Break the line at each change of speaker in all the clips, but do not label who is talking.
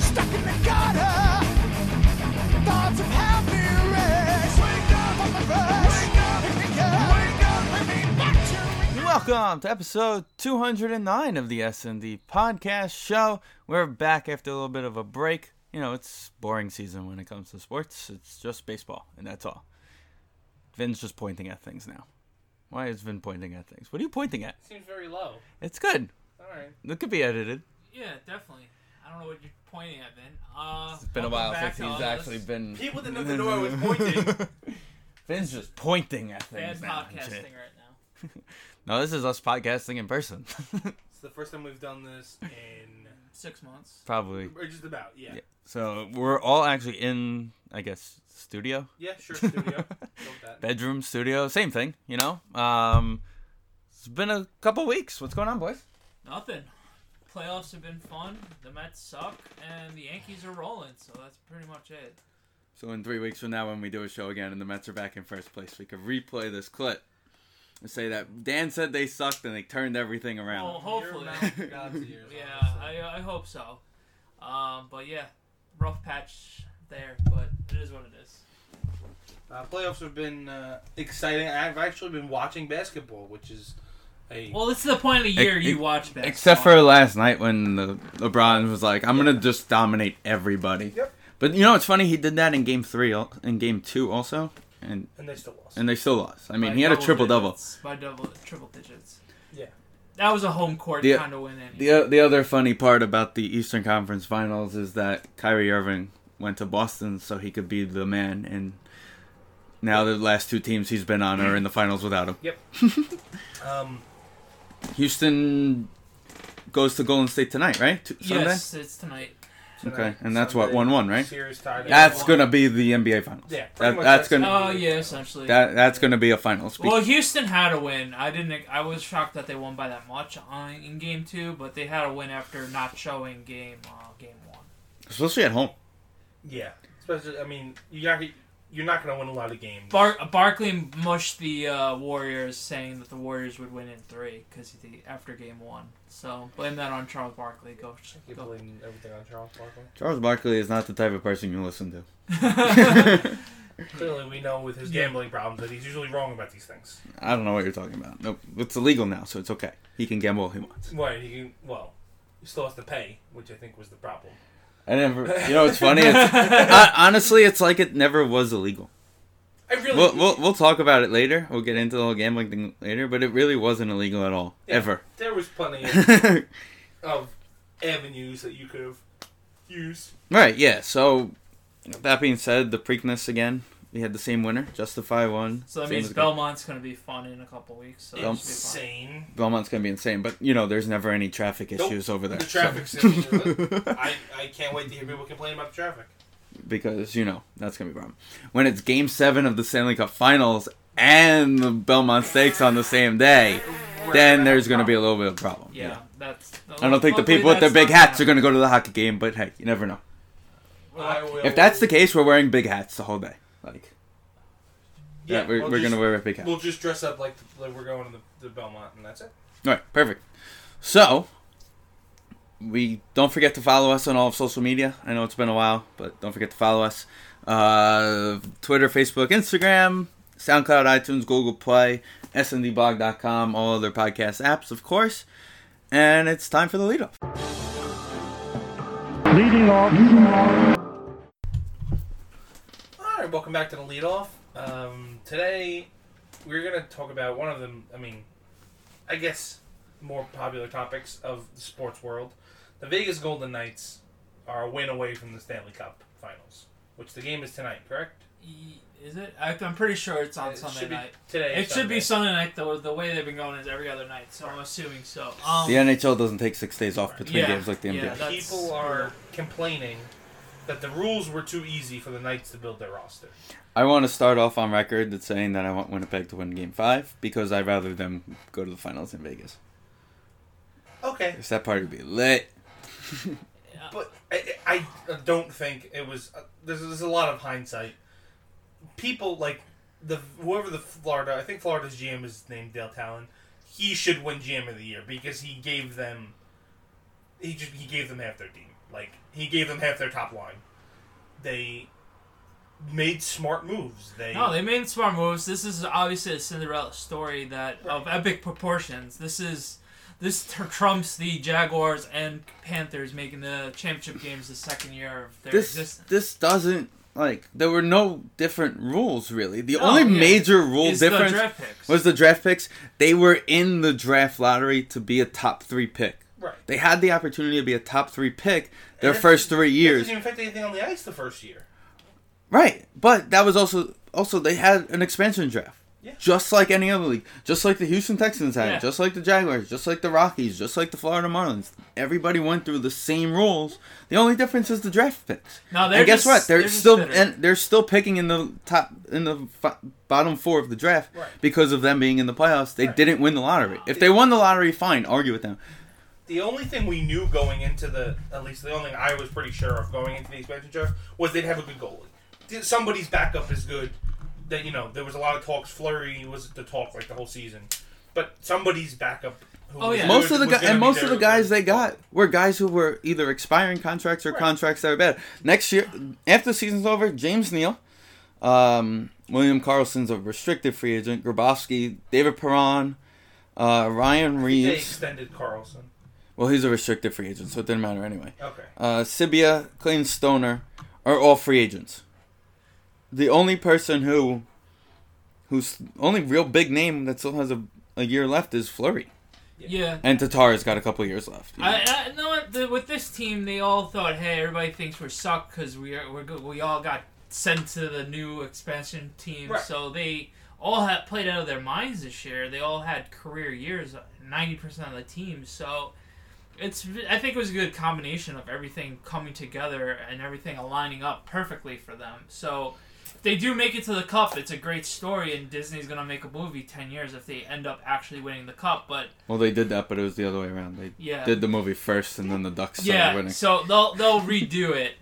Stuck in the gutter. Thoughts of happiness. Wake up on the bus. Wake up, wake up, wake up, and be back to reality.
Welcome to episode 209 of the S&D podcast show. We're back after a little bit of a break. You know, it's boring season when it comes to sports. It's just baseball, and that's all. Vin's just pointing at things now. Why is Vin pointing at things? What are you pointing at?
Seems very low.
It's good.
All right.
It could be edited.
Yeah, definitely. I don't know what you're pointing at, Ben. Uh,
It's been a while since he's actually been.
People didn't know the door was pointing.
Vin's just pointing at
Bad
things now. and
podcasting
shit.
right now.
No, this is us podcasting in person.
It's the first time we've done this in,
Six months.
Probably.
or just about, yeah.
Yeah. So we're all actually in, I guess, studio.
Yeah, sure, studio. Go with that.
bedroom studio same thing you know um it's been a couple weeks what's going on boys
Nothing. Playoffs have been fun. The Mets suck, and the Yankees are rolling. So that's pretty much it.
so in three weeks from now when we do a show again and the mets are back in first place we could replay this clip and say that dan said they sucked and they turned everything around
Well,
Your
hopefully.
mouth to God's ears,
Yeah,
honestly.
I, I hope so. Um, but yeah, rough patch there, but it is what it is.
Uh, playoffs have been uh, exciting. I've actually been watching basketball, which is a
Well, this is the point of the year
Ex-
you
ex-
watch basketball.
except for last night when the lebron was like i'm gonna just dominate everybody
Yep.
but you know it's funny he did that in game three al- in game two also and
and they still lost.
and they still lost i mean
By
he had a
double
triple double
digits. By double triple digits.
yeah,
That was a home court
The-
kind of win. Anyway.
The o- the other funny part about the Eastern Conference Finals is that Kyrie Irving went to Boston so he could be the man, and now the last two teams he's been on are in the finals without him.
yep. um,
Houston goes to Golden State tonight, right? T- Sunday.
Yes, it's tonight.
Okay, and that's what, 1-1, right?
Series tied. at
That's
one.
gonna be the NBA finals.
Yeah, pretty
That-
much
that's
that's-
gonna
Oh yeah, essentially.
that that's gonna be a finals.
well, Houston had a win. I didn't. I was shocked that they won by that much on, in game two, but they had a win after not showing game uh, game one.
especially at home.
Yeah, especially. I mean, you're not you're not gonna win a lot of games.
Bar- Barkley mushed the uh, Warriors, saying that the Warriors would win in three because after game one. So blame that on Charles Barkley. Go.
you
go.
blame everything on Charles Barkley.
Charles Barkley is not the type of person you listen to.
Clearly, we know with his
Yeah.
gambling problems that he's usually wrong about these things.
I don't know what you're talking about. Nope, it's illegal now, so it's okay. He can gamble all he wants.
Right? He can, well, he still has to pay, which I think was the problem.
I never. You know, it's funny. It's, I, honestly, it's like it never was illegal.
I really
We'll, we'll we'll talk about it later. We'll get into the whole gambling thing later, but it really wasn't illegal at all,
Yeah.
ever.
there was plenty of of avenues that you could have used.
right? Yeah. So, that being said, the Preakness again. We had the same winner, Justify one.
So that
Same
means
as-
Belmont's gonna be fun in a couple weeks. So that
Bel-
should be fun.
Insane.
Belmont's gonna be insane, but you know, there's never any traffic
Nope.
issues over there.
The
so-
traffic signals. I, I can't wait to hear people complain about the traffic.
because you know that's gonna be a problem. When it's Game Seven of the Stanley Cup Finals and the Belmont Stakes on the same day, then there's gonna be a little bit of a problem.
Yeah, that's.
I don't think the people with their big hats are going to go to the hockey game, but hey, you never know.
I will-
If that's the case, we're wearing big hats the whole day. Like, yeah, we're,
we'll
we're
just-
going to wear a big hat.
We'll just dress up like, like we're going to the, the Belmont, and that's it.
All right, perfect. So, we don't forget to follow us on all of social media. I know it's been a while, but don't forget to follow us. Uh, Twitter, Facebook, Instagram, SoundCloud, iTunes, Google Play, SNDblog.com, all other podcast apps, of course. And it's time for the leadoff.
Leading off,
welcome back to the leadoff. Um, today, we're going to talk about one of them. I mean, I guess more popular topics of the sports world. The Vegas Golden Knights are a win away from the Stanley Cup Finals, which the game is tonight, correct?
E- Is it? I, I'm pretty sure it's on
It
Sunday
should be
night.
today.
It should be
Sunday.
Sunday night though. The way they've been going is every other night, so I'm assuming so. Um,
The NHL doesn't take six days off between
Yeah,
games like the NBA.
yeah, that- That's-
People are complaining that the rules were too easy for the Knights to build their roster.
I want to start off on record that saying that I want Winnipeg to win Game Five because I'd rather them go to the finals in Vegas.
Okay,
Because that party would be lit.
but I, I I don't think it was. Uh, there's, there's a lot of hindsight. People like the whoever the Florida. I think Florida's GM is named Dale Talon. He should win GM of the year because he gave them. He just he gave them half their team. Like he gave them half their top line. They made smart moves. They
No, they made smart moves. This is obviously a Cinderella story that of epic proportions. This is this tr- trumps the Jaguars and Panthers making the championship games the second year of their
This
existence.
this doesn't like there were no different rules really. The
No,
only
yeah.
major rule
It's the
difference
draft picks.
was the draft picks. They were in the draft lottery to be a top three pick.
right.
They had the opportunity to be a top three pick their
And
first three
That
years.
doesn't even affect anything on the ice the first year.
Right, but that was also also they had an expansion draft.
Yeah.
Just like any other league, just like the Houston Texans had,
Yeah.
just like the Jaguars, just like the Rockies, just like the Florida Marlins, everybody went through the same rules. The only difference is the draft picks.
No, they're
and guess
just-
what? They're,
they're just
still
bitter.
and they're still picking in the top in the f- bottom four of the draft
Right.
because of them being in the playoffs. They didn't win the lottery. If they won the lottery, fine, argue with them.
the only thing we knew going into the at least the only thing I was pretty sure of going into the expansion draft was they'd have a good goalie. Did- Somebody's backup is good. That you know there was a lot of talks. Flurry was the talk like the whole season, but somebody's backup. Who
Oh,
was
yeah.
good
Most of the
was
guys
gonna
and
be
most of
there.
the guys they got were guys who were either expiring contracts or contracts that were bad. Next year, after the season's over, James Neal, um, William Carlson's a restricted free agent. Grabowski, David Perron, uh, Ryan
they
Reeves.
extended Carlson.
Well, he's a restricted free agent, so it didn't matter anyway.
Okay,
Uh, Sibia, Clayton Stoner are all free agents. The only person who, who's only real big name that still has a, a year left is Flurry,
yeah.
and Tatar's got a couple years left. you know.
I, I you know what, the, with this team, they all thought, "Hey, everybody thinks we're suck because we are we're good. we all got sent to the new expansion team."
Right.
So they all had played out of their minds this year. They all had career years, ninety percent of the team. So it's I think it was a good combination of everything coming together and everything aligning up perfectly for them. So. if They do make it to the cup. It's a great story, and Disney's gonna make a movie ten years if they end up actually winning the cup. But
Well, they did that, but it was the other way around. They
Yeah.
did the movie first, and then the Ducks started
yeah,
winning.
so they'll they'll redo it,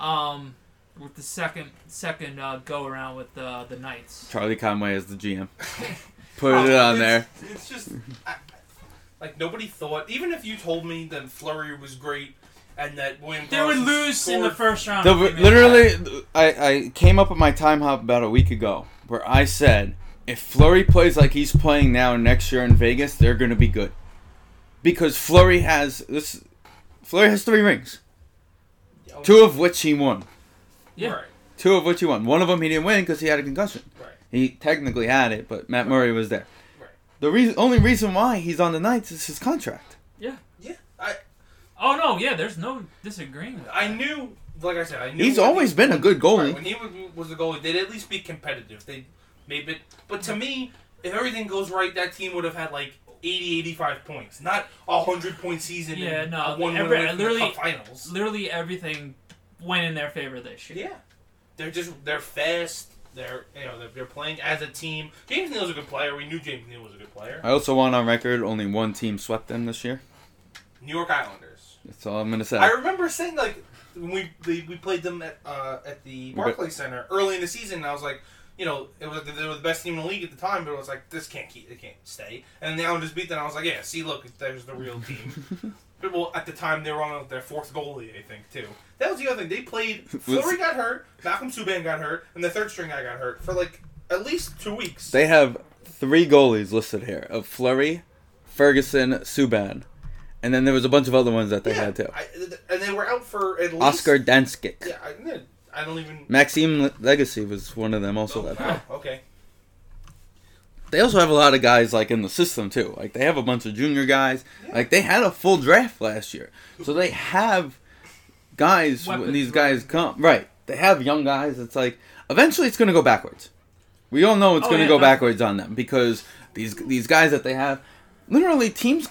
um, with the second second uh, go around with the the Knights.
Charlie Conway is the GM. Put it
Oh,
on there.
It's- It's just I, like nobody thought. Even if you told me that Flurry was great and that William
They would
Carlson
lose in the
scored-
first round.
The,
if they made it.
literally, I, I came up with my time hop about a week ago where I said if Flurry plays like he's playing now next year in Vegas, they're going to be good because Flurry has this. Flurry has three rings, two of which he won.
yeah.
Oh, Right,
Two of which he won. One of them he didn't win because he had a concussion.
right,
He technically had it, but Matt Murray was there.
right.
The reason, only reason why he's on the Knights is his contract.
yeah.
Yeah, I
Oh no, yeah. There's no disagreeing. With that.
I knew. Like I said, I knew.
He's
what-
always been a good
Right,
goalie.
when he was, was the goalie, they'd at least be competitive. They maybe, but to me, if everything goes right, that team would have had like 80, 85 points, not a hundred point season.
Yeah,
and
no,
a one win
every-
away from the
literally-
cup finals.
Literally everything went in their favor this year.
Yeah, they're just they're fast. They're you know they're, they're playing as a team. James Neal's a good player. We knew James Neal was a good player.
I also want on record only one team swept them this year.
New York Islanders.
That's all I'm gonna say.
I remember saying like when we we, we played them at uh, at the
But-
Barclays Center early in the season. And I was like, you know, it was they were the best team in the league at the time, but it was like this can't keep it can't stay. And the Islanders beat them. I was like, yeah, see, look, there's the real team. but well, at the time they were on their fourth goalie, I think too. That was the other thing. They played. Flurry got hurt, Malcolm Subban got hurt, and the third string guy got hurt for like at least two weeks.
They have three goalies listed here: of Flurry, Ferguson, Subban, and then there was a bunch of other ones that they
yeah,
had too.
I, and they were out for at least
Oscar Danskic.
Yeah, I,
I don't even.
Maxime Le- Legacy was one of them also
Oh,
left.
wow, okay.
They also have a lot of guys like in the system too. Like they have a bunch of junior guys. Like they had a full draft last year, so they have guys when
Weapons,
these guys come right. They have young guys. It's like eventually it's going to go backwards. We all know it's
Oh,
going to
yeah,
go
no.
backwards on them because these these guys that they have, literally teams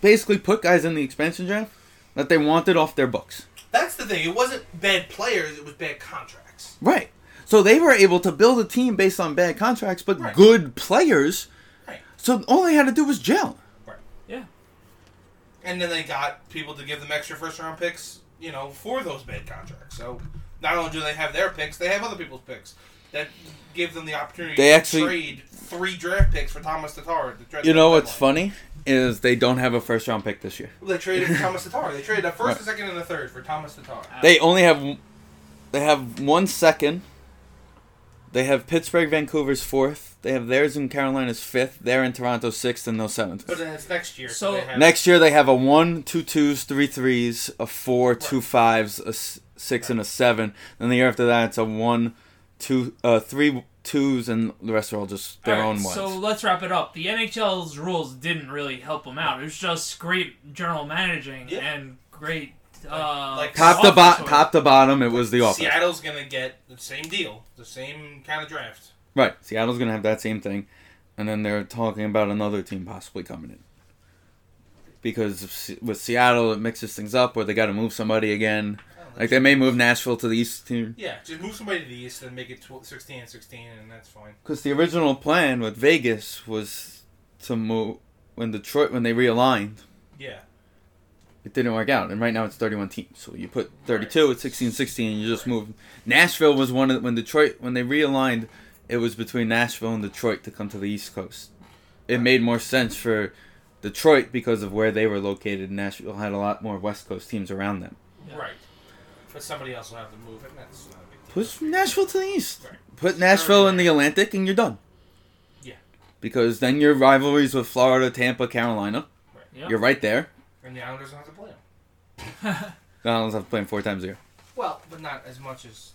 basically put guys in the expansion draft that they wanted off their books.
That's the thing. It wasn't bad players. It was bad contracts.
Right. So they were able to build a team based on bad contracts, but good players.
Right.
So all they had to do was gel.
Yeah.
And then they got people to give them extra first round picks, you know, for those bad contracts. So not only do they have their picks, they have other people's picks that give them the opportunity
They
to
actually-
trade three draft picks for Thomas Tatar. at the trade
You know what's
deadline.
funny is they don't have a first round pick this year.
They traded for Thomas Tatar. They traded a first, a second, and a third for Thomas Tatar.
They only have they have one second. They have Pittsburgh, Vancouver's fourth. They have theirs in Carolina's fifth. They're in Toronto sixth, and those seventh.
But
uh,
then it's next year.
So-
they have-
Next year they have a one, two twos, three threes, a four, two fives, a s- six, and a seven. Then the year after that it's a one, two, uh, three twos, and the rest are all just their
All right,
own ones.
So let's wrap it up. The NHL's rules didn't really help them out. It was just great general managing
Yeah.
and great. Uh,
like
top to bot,
bottom.
top to bottom, it was the offense.
Seattle's gonna get the same deal, the same kind of draft.
Right. Seattle's gonna have that same thing, and then they're talking about another team possibly coming in. Because of Se- with Seattle, it mixes things up where they got to move somebody again. Like they may move Nashville to the East team.
Yeah, just move somebody to the east and make it tw- 16 and 16, and that's fine.
Because the original plan with Vegas was to move when Detroit when they realigned,
Yeah.
it didn't work out. And right now it's 31 teams. So you put 32, it's 16, 16, and you just move. Nashville was one of when Detroit when they realigned, it was between Nashville and Detroit to come to the East Coast. It made more sense for Detroit because of where they were located. Nashville had a lot more West Coast teams around them.
Right. But somebody else will have to move it, and that's not a big deal.
Push Nashville to the East.
Right.
Put Nashville in the Atlantic, and you're done.
Yeah.
Because then your rivalries with Florida, Tampa, Carolina,
Yep.
you're right there.
And the Islanders don't have to play them.
The Islanders have to play them four times a year.
Well, but not as much as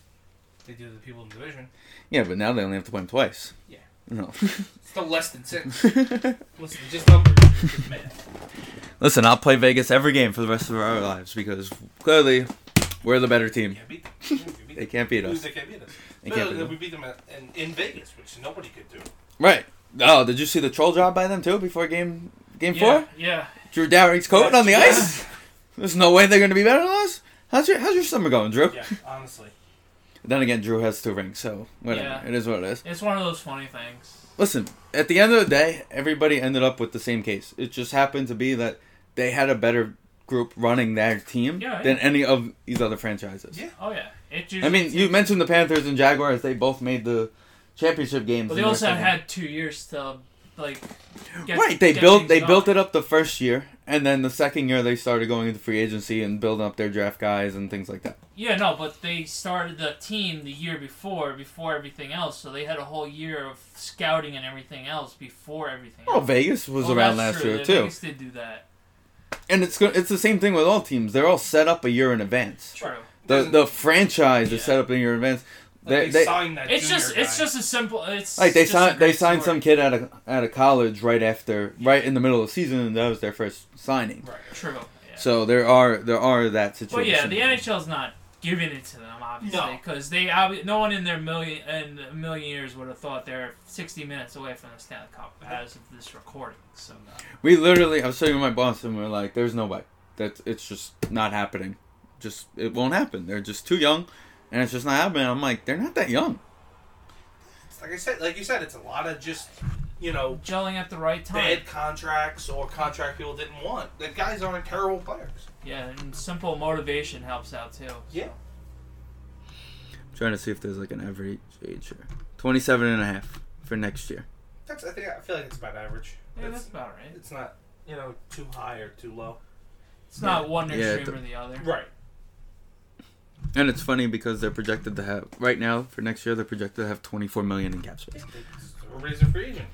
they do the people in the division.
Yeah, but now they only have to play them twice.
Yeah.
No.
Still less than six. Listen, just numbers. It's math.
Listen, I'll play Vegas every game for the rest of our lives because clearly we're the better team.
Yeah, beat them. Yeah, we beat
They
them.
can't beat
Lose,
us.
They can't beat us.
They
But,
can't beat
uh,
them.
we beat them at, in, in Vegas, which nobody could do.
Right. Oh, did you see the troll job by them too before game game
yeah,
four?
yeah.
Drew Dowry's coat on the ice? There's no way they're gonna be better than us? How's your how's your summer going, Drew?
Yeah, honestly.
Then again, Drew has two rings, so whatever.
Yeah.
It is what it is.
It's one of those funny things.
Listen, at the end of the day, everybody ended up with the same case. It just happened to be that they had a better group running their team
Yeah, yeah.
than any of these other franchises.
Yeah.
Oh yeah, it. Usually,
I mean, you mentioned the Panthers and Jaguars. They both made the championship games.
But they
in their
also
second-
had two years to like. Get,
right. They
get
built
things
they
going.
built it up the first year, and then the second year they started going into free agency and building up their draft guys and things like that.
Yeah, no, but they started the team the year before, before everything else. So they had a whole year of scouting and everything else before everything.
Oh,
else.
Vegas was
Oh,
around
that's
last
true.
year
They-
too,
Vegas did do that.
and it's go- it's the same thing with all teams. They're all set up a year in advance.
True.
The
Doesn't-
the franchise is
Yeah.
set up a year in advance.
They,
They, they,
signed that.
It's
junior
just it's
guy.
just a simple. It's
like they
just a
signed they
great
signed
story.
some kid out of out of college right after right in the middle of the season, and that was their first signing.
Right.
True. Yeah.
So there are there are that
But
situation.
yeah, the NHL's not giving it to them obviously
No.
because they obvi- no one in their million in a million years would have thought they're 60 minutes away from the Stanley Cup as of this recording. So
We literally, I was talking to my boss, and we are like, "There's no way. That's it's just not happening. Just it won't happen. They're just too young, and it's just not happening." I'm like, "They're not that young."
like I said, like you said, it's a lot of just you know
gelling at the right time.
bad contracts or contract people didn't want. The guys aren't terrible players.
Yeah, and simple motivation helps out too.
Yeah.
I'm trying to see if there's like an average age here. 27 and a half for next year.
That's, I think I feel like it's about average.
Yeah,
It's-
that's about right.
it's not you know too high or too low.
It's not one
Yeah,
extreme
the-
or the other.
Right.
And it's funny because they're projected to have right now for next year they're projected to have 24 million in cap space.
Everybody's a free agent.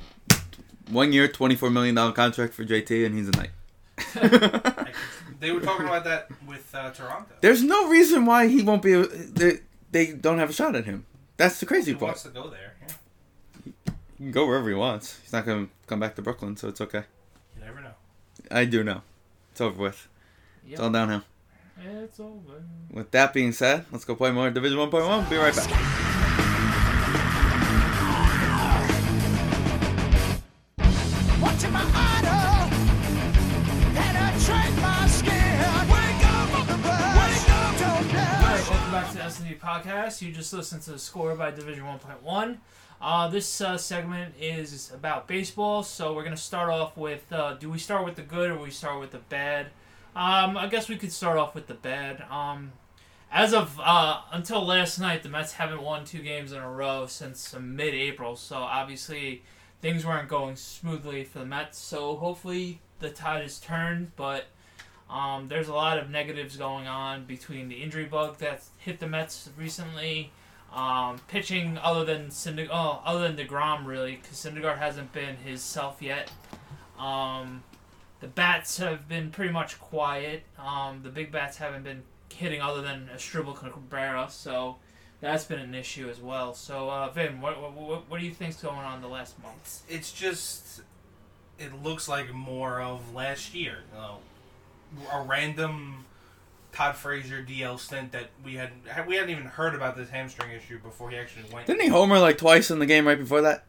One year, 24 million dollar contract for JT, and he's a knight.
They were talking about that with uh, Toronto.
There's no reason why he won't be. They, they don't have a shot at him. That's the crazy
He wants
part.
to go there. Yeah.
He can go wherever he wants. He's not going to come back to Brooklyn, so it's okay.
You never know.
I do know. It's over with. It's all downhill.
It's over.
With that being said, let's go play more Division 1.1. Be right back.
Watching my idol penetrate my skin. Wake up from the bed. Wake up, don't
All right, welcome back to the S&D Podcast. You just listened to the score by Division 1.1. Uh, this uh, segment is about baseball, so we're going to start off with uh, do we start with the good or we start with the bad? Um, I guess we could start off with the bad. Um, as of uh, until last night, the Mets haven't won two games in a row since uh, mid April, so obviously things weren't going smoothly for the Mets, so hopefully the tide is turned, but. Um, there's a lot of negatives going on between the injury bug that's hit the Mets recently, um, pitching other than Syndergaard, oh, other than Degrom really, because Syndergaard hasn't been his self yet. Um, the bats have been pretty much quiet. Um, the big bats haven't been hitting other than Estribel Cabrera, so that's been an issue as well. So, uh, Vin, what, what- what, what do you think's going on the last month?
It's just, it looks like more of last year. You know, a random Todd Frazier DL stint that we had we hadn't even heard about this hamstring issue before he actually went.
Didn't he homer like twice in the game right before that?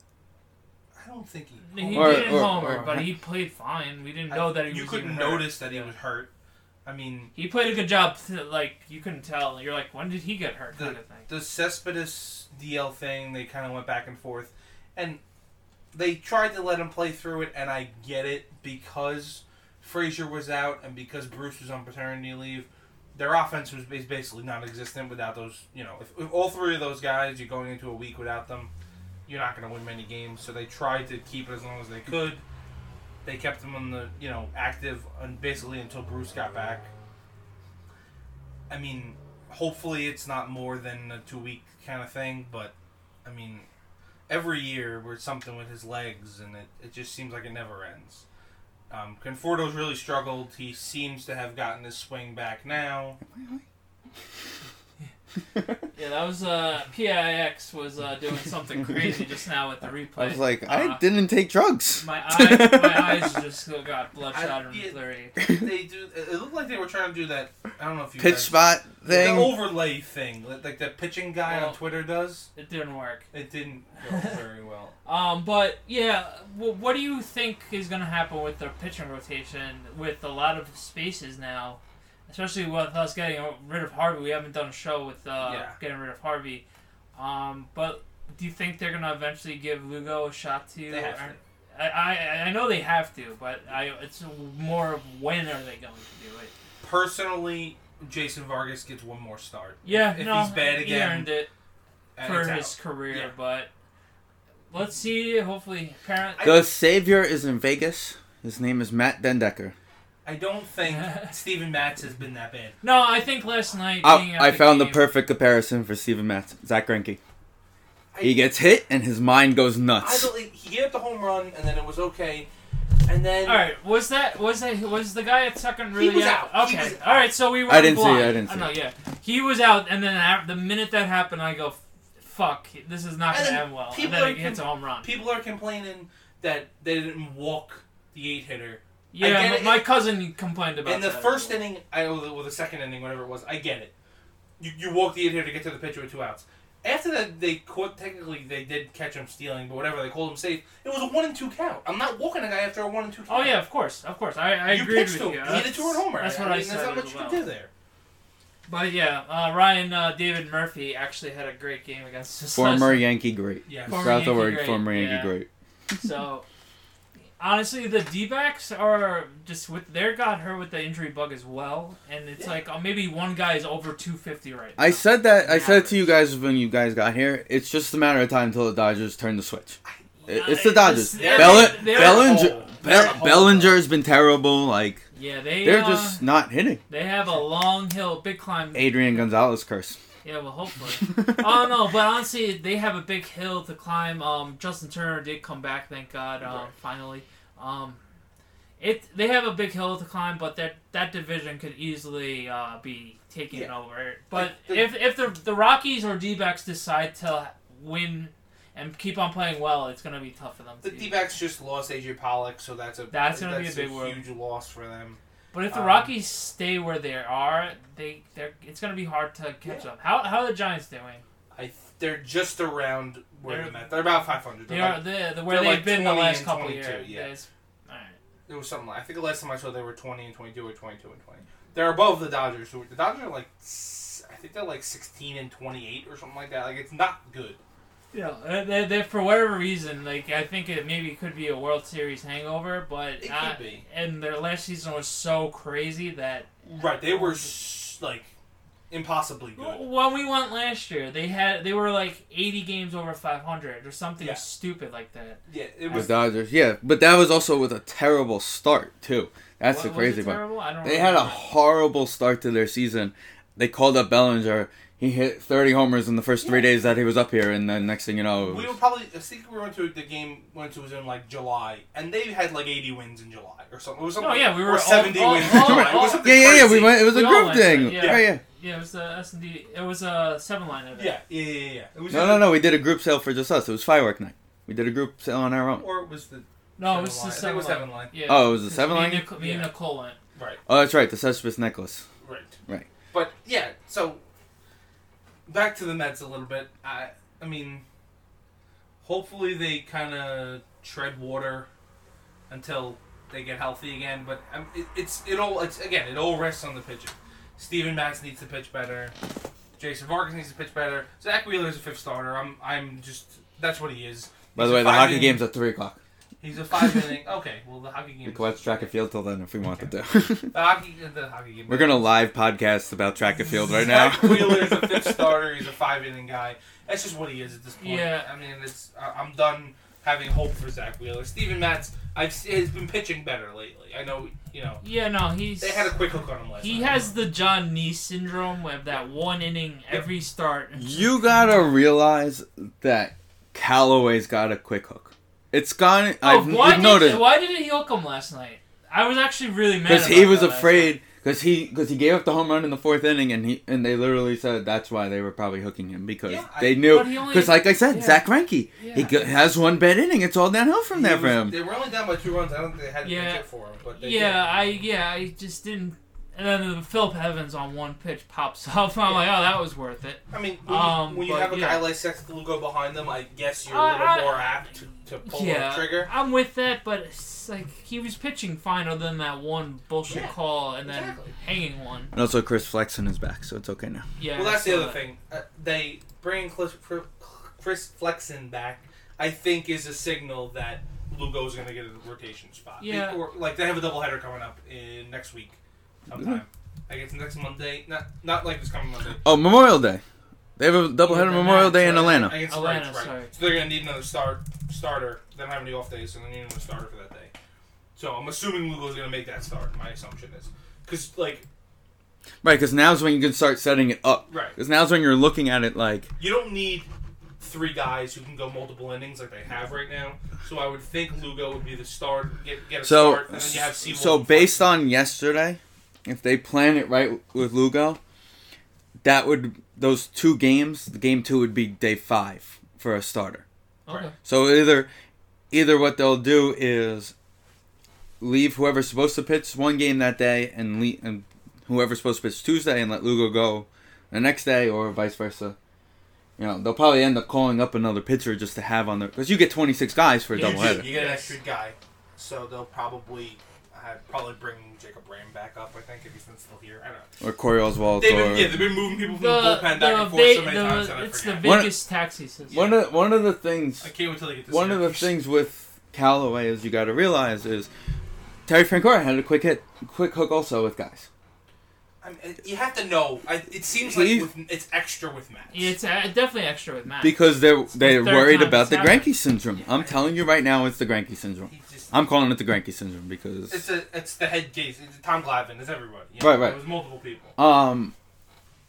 I don't think he.
He
Or-
didn't
or-
homer,
or-
but he played fine. We didn't
I-
know that he
you
was
couldn't
even hurt.
notice that he was hurt. I mean,
He played a good job. To, like you couldn't tell. You're like, when did he get hurt? Kind
the
of thing.
the Cespedes DL thing, they kind of went back and forth, and they tried to let him play through it, and I get it because Frazier was out and because Bruce was on paternity leave. Their offense was is basically non-existent without those. You know, if, if all three of those guys, you're going into a week without them, you're not going to win many games. So they tried to keep it as long as they could. They kept him on the you know active and basically until Bruce got back. I mean, hopefully it's not more than a two week kind of thing, but I mean, every year we're something with his legs, and it, it just seems like it never ends. Um, Conforto's really struggled. He seems to have gotten his swing back now.
Yeah, that was uh, PIX was uh, doing something crazy just now with the replay.
I was like,
Uh,
I didn't take drugs.
My eye, my eyes just still got bloodshot
I-
and
yeah.
blurry.
they do. It it looked like they were trying to do that. I don't know if you
Pitch
guys-
spot thing.
oh,
the overlay thing, like like that pitching guy
Well-
on Twitter does.
It didn't work.
It didn't go very well.
Um, but yeah, w- what do you think is gonna happen with their pitching rotation with a lot of spaces now, especially with us getting rid of Harvey? We haven't done a show with uh,
Yeah.
getting rid of Harvey. Um, but do you think they're gonna eventually give Lugo a shot to?
They have to.
I, I I know they have to, but I it's more of when are they going to do it?
Personally, Jason Vargas gets one more start.
Yeah,
if
no,
he's bad
he
again,
earned it
uh,
for
it's out.
his career,
Yeah.
but let's see. Hopefully, apparently.
The savior is in Vegas. His name is Matt Dendecker.
I don't think Steven Matz has been that bad.
No, I think last night.
I,
being at
Oh, I found the
game-
perfect comparison for Steven Matz, Zach Greinke.
I-
He gets hit and his mind goes
I
nuts.
believe he gave up the home run and then it was okay, and then
All right, was that was that was the guy at second really
was out. He
Okay,
was out.
all right, so we were.
I didn't see it,
blind.
I didn't see
know, yeah, he was out, and then a- the minute that happened, I go, "Fuck, this is not
And
gonna
then
end well." And
people
then
are
he hits a home run.
people are complaining that they didn't walk the eight hitter. I
yeah,
get
my,
it.
my cousin complained about
In the
that.
first inning, I well the second inning, whatever it was, I get it. You, you walk the eight hitter to get to the pitcher with two outs. After that, they caught. Technically, they did catch him stealing, but whatever. They called him safe. It was a one and two count. I'm not walking a guy after a one and two. count.
Oh yeah, of course, of course. I, I
you
agreed
pitched
with
to him.
you.
He hit a two-run homer.
That's
I
what
mean,
I
That's
said.
not
as
much you
well.
can do there.
But yeah, uh, Ryan uh, David Murphy actually had a great game against us last
Former Yankee great.
Yeah.
Former
Without the
Yankee
word,
great,
former Yankee
yeah.
great.
So, honestly, the D backs are just with they got hurt with the injury bug as well, and it's like oh, maybe one guy is over 250 right now.
I said that. I said it to you guys when you guys got here. It's just a matter of time until the Dodgers turn the switch. It- It's the Dodgers.
Uh, They're-
Bell-
they're-
Bellinger,
They're
Bell-
home.
Bellinger's been terrible. Like
yeah, they
they're
uh,
just not hitting.
they have a long hill, big climb.
Adrian Gonzalez curse.
Yeah, well, hopefully. oh no, but honestly, they have a big hill to climb. Um, Justin Turner did come back, thank God, um, finally. Um, it they have a big hill to climb, but that that division could easily uh, be taking it
Yeah.
over. But
the-
if if the the Rockies or D-backs decide to win and keep on playing well, it's gonna be tough for them.
The
to-
D-backs just lost AJ Pollock, so that's a
That's gonna be a big one.
huge loss for them.
But if the
Um,
Rockies stay where they are, they they're it's gonna be hard to catch up. How how are the Giants doing?
I th- they're just around where
They're-
they're, at. They're about 500.
They
They're
are
about-
the, the where
they're
they've
like
been the
20
last
and
couple
22,
years.
yeah.
There's- all right.
there was something. Like, I think the last time I saw they were 20 and 22 or 22 and 20. They're above the Dodgers. Who, the Dodgers are like s- I think they're like 16 and 28 or something like that. Like it's not good.
Yeah, uh, they they for whatever reason, like I think it maybe could be a World Series hangover, but
It could
uh,
be.
And their last season was so crazy that
Right. They were s- like impossibly good.
when we went last year, they had they were like eighty games over five hundred or something
Yeah.
stupid like that.
Yeah. It
The
was.
Dodgers, yeah, but that was also with a terrible start too. That's
What-
the
was
crazy
it
part.
terrible? I don't
They had a
remember.
horrible start to their season. They called up Bellinger. He hit 30 homers in the first three days that he was up here, and then next thing you know, it
We were
was-
probably. I think we went to the game. Went to was in like July, and they had like eighty wins in July or something. It was something.
Oh, yeah, we
or
were all-
seventy
all-
wins.
all-
in July. It
all-
was something
yeah, yeah, yeah. We
crazy.
went. It was a
We all
group
went to it,
thing.
yeah.
Yeah. yeah,
Yeah, it was the S and D. It was a seven line event.
Yeah, yeah, yeah, yeah. It was
No,
in
no,
the-
no. We did a group sale for just us. It was firework night. We did a group sale on our own.
Or it was the
No, it
Seven line. I
was the
think it
seven
was
line.
seven line.
Yeah.
Oh, it was the seven
me and
line?
Nicole- Me and
Yeah.
Nicole went.
right,
Oh, that's right. The Cespedes necklace.
right,
Right.
But yeah, so back to the Mets a little bit. I, I mean, hopefully they kind of tread water until they get healthy again. But um, it, it's it all it's again it all rests on the pitching. Steven Matz needs to pitch better. Jason Vargas needs to pitch better. Zach Wheeler's a fifth starter. I'm I'm just that's what he is.
By
He's
the way,
a
the
five
hockey
inning-
game's at three o'clock.
He's a five inning. Okay, well the hockey game.
We can watch track and field till then if we want to. Do.
The hockey, the hockey game.
We're gonna live podcast about track and field right now.
Zach Wheeler's a fifth starter. He's a five inning guy. That's just what he is at this point.
Yeah.
I mean, it's I- I'm done having hope for Zach Wheeler. Steven Matz, I've se- has been pitching better lately. I know, you know,
Yeah, no, he's.
they had a quick hook on him last.
He
night.
has the John Knee syndrome of that one inning every start.
You gotta realize that Callaway's got a quick hook. It's gone. I've
oh, why
we've
did
noticed
why did he hook him last night? I was actually really mad.
because
about
he was
that last
afraid because he because he gave up the home run in the fourth inning and he and they literally said that's why they were probably hooking him because
Yeah, I-
they knew
But he only-
because like I said
yeah.
Zach Greinke
Yeah.
he go- has one bad inning it's all downhill from
He
there
was-
for him.
They were only down by two runs. I don't think they had to
Yeah.
pitch it for him, but they
night. Yeah, I
did.
yeah I just didn't. And then the Philip Evans on one pitch pops up. I'm like, oh, that was worth it.
I mean, when,
Um,
you, when you
but
have a
yeah.
guy like Seth Lugo behind them, I guess you're
I-
a little
I-
more apt to, to pull
yeah,
the trigger.
I'm with that, but it's like he was pitching fine, other than that one bullshit
Yeah,
call and then
exactly.
hanging one.
And also Chris Flexen is back so it's okay now.
Yeah.
Well, that's the
so
other
that-
thing. Uh, they bringing Chris, Chris Flexen back, I think, is a signal that Lugo's going to get a rotation spot. They-
Yeah.
or, like they have a doubleheader coming up in next week, sometime.
Mm-hmm.
I guess next Monday. Not not like this coming Monday.
Oh Memorial Day, they have a doubleheader
Yeah,
Memorial
that's
Day in
right.
Atlanta.
I guess
Atlanta,
right, right.
sorry.
So they're going to need another start starter. They don't have any off days, so they need another starter for that day. So I'm assuming Lugo's going to make that start. My assumption is because like
Right, because now's when you can start setting it up.
Right.
Because now's when you're looking at it like,
you don't need three guys who can go multiple innings like they have right now. So I would think Lugo would be the start. Get, get a
so.
start, and then you have Sewell
So
in front.
based on yesterday, if they plan it right with Lugo, that would those two games. Game two would be day five for a starter.
Okay.
So either, either what they'll do is leave whoever's supposed to pitch one game that day, and le- and whoever's supposed to pitch Tuesday, and let Lugo go the next day, or vice versa. You know, they'll probably end up calling up another pitcher just to have on their because you get twenty six guys for a
you, do-
doubleheader.
you get an extra guy, so they'll probably i probably bring Jacob Ram back up. I think if he's still here, I don't know.
or Corey Oswald
They've
or
been, yeah, they've been moving people from the,
The,
bullpen back
the,
and forth so
va-
many
the-
times that I
it's the
forget.
One of-
Vegas taxi system.
one of one of the things
I can't wait till they get this.
one of
year.
the things with Callaway is you got to realize is Terry Francora had a quick hit, quick hook also with guys.
I mean, you have to know. I, it seems
He-
like with, it's extra with Matt.
Yeah, It's uh, definitely extra with Matt.
Because they're they're
third
worried
time
about
it's
the
happened.
Granky syndrome. I'm telling you right now, it's the Granky syndrome.
He just-
I'm calling it the Granky syndrome
It's
because
a, it's the head case. It's Tom Glavine. It's everybody. You
Right, right.
It was multiple people.
um,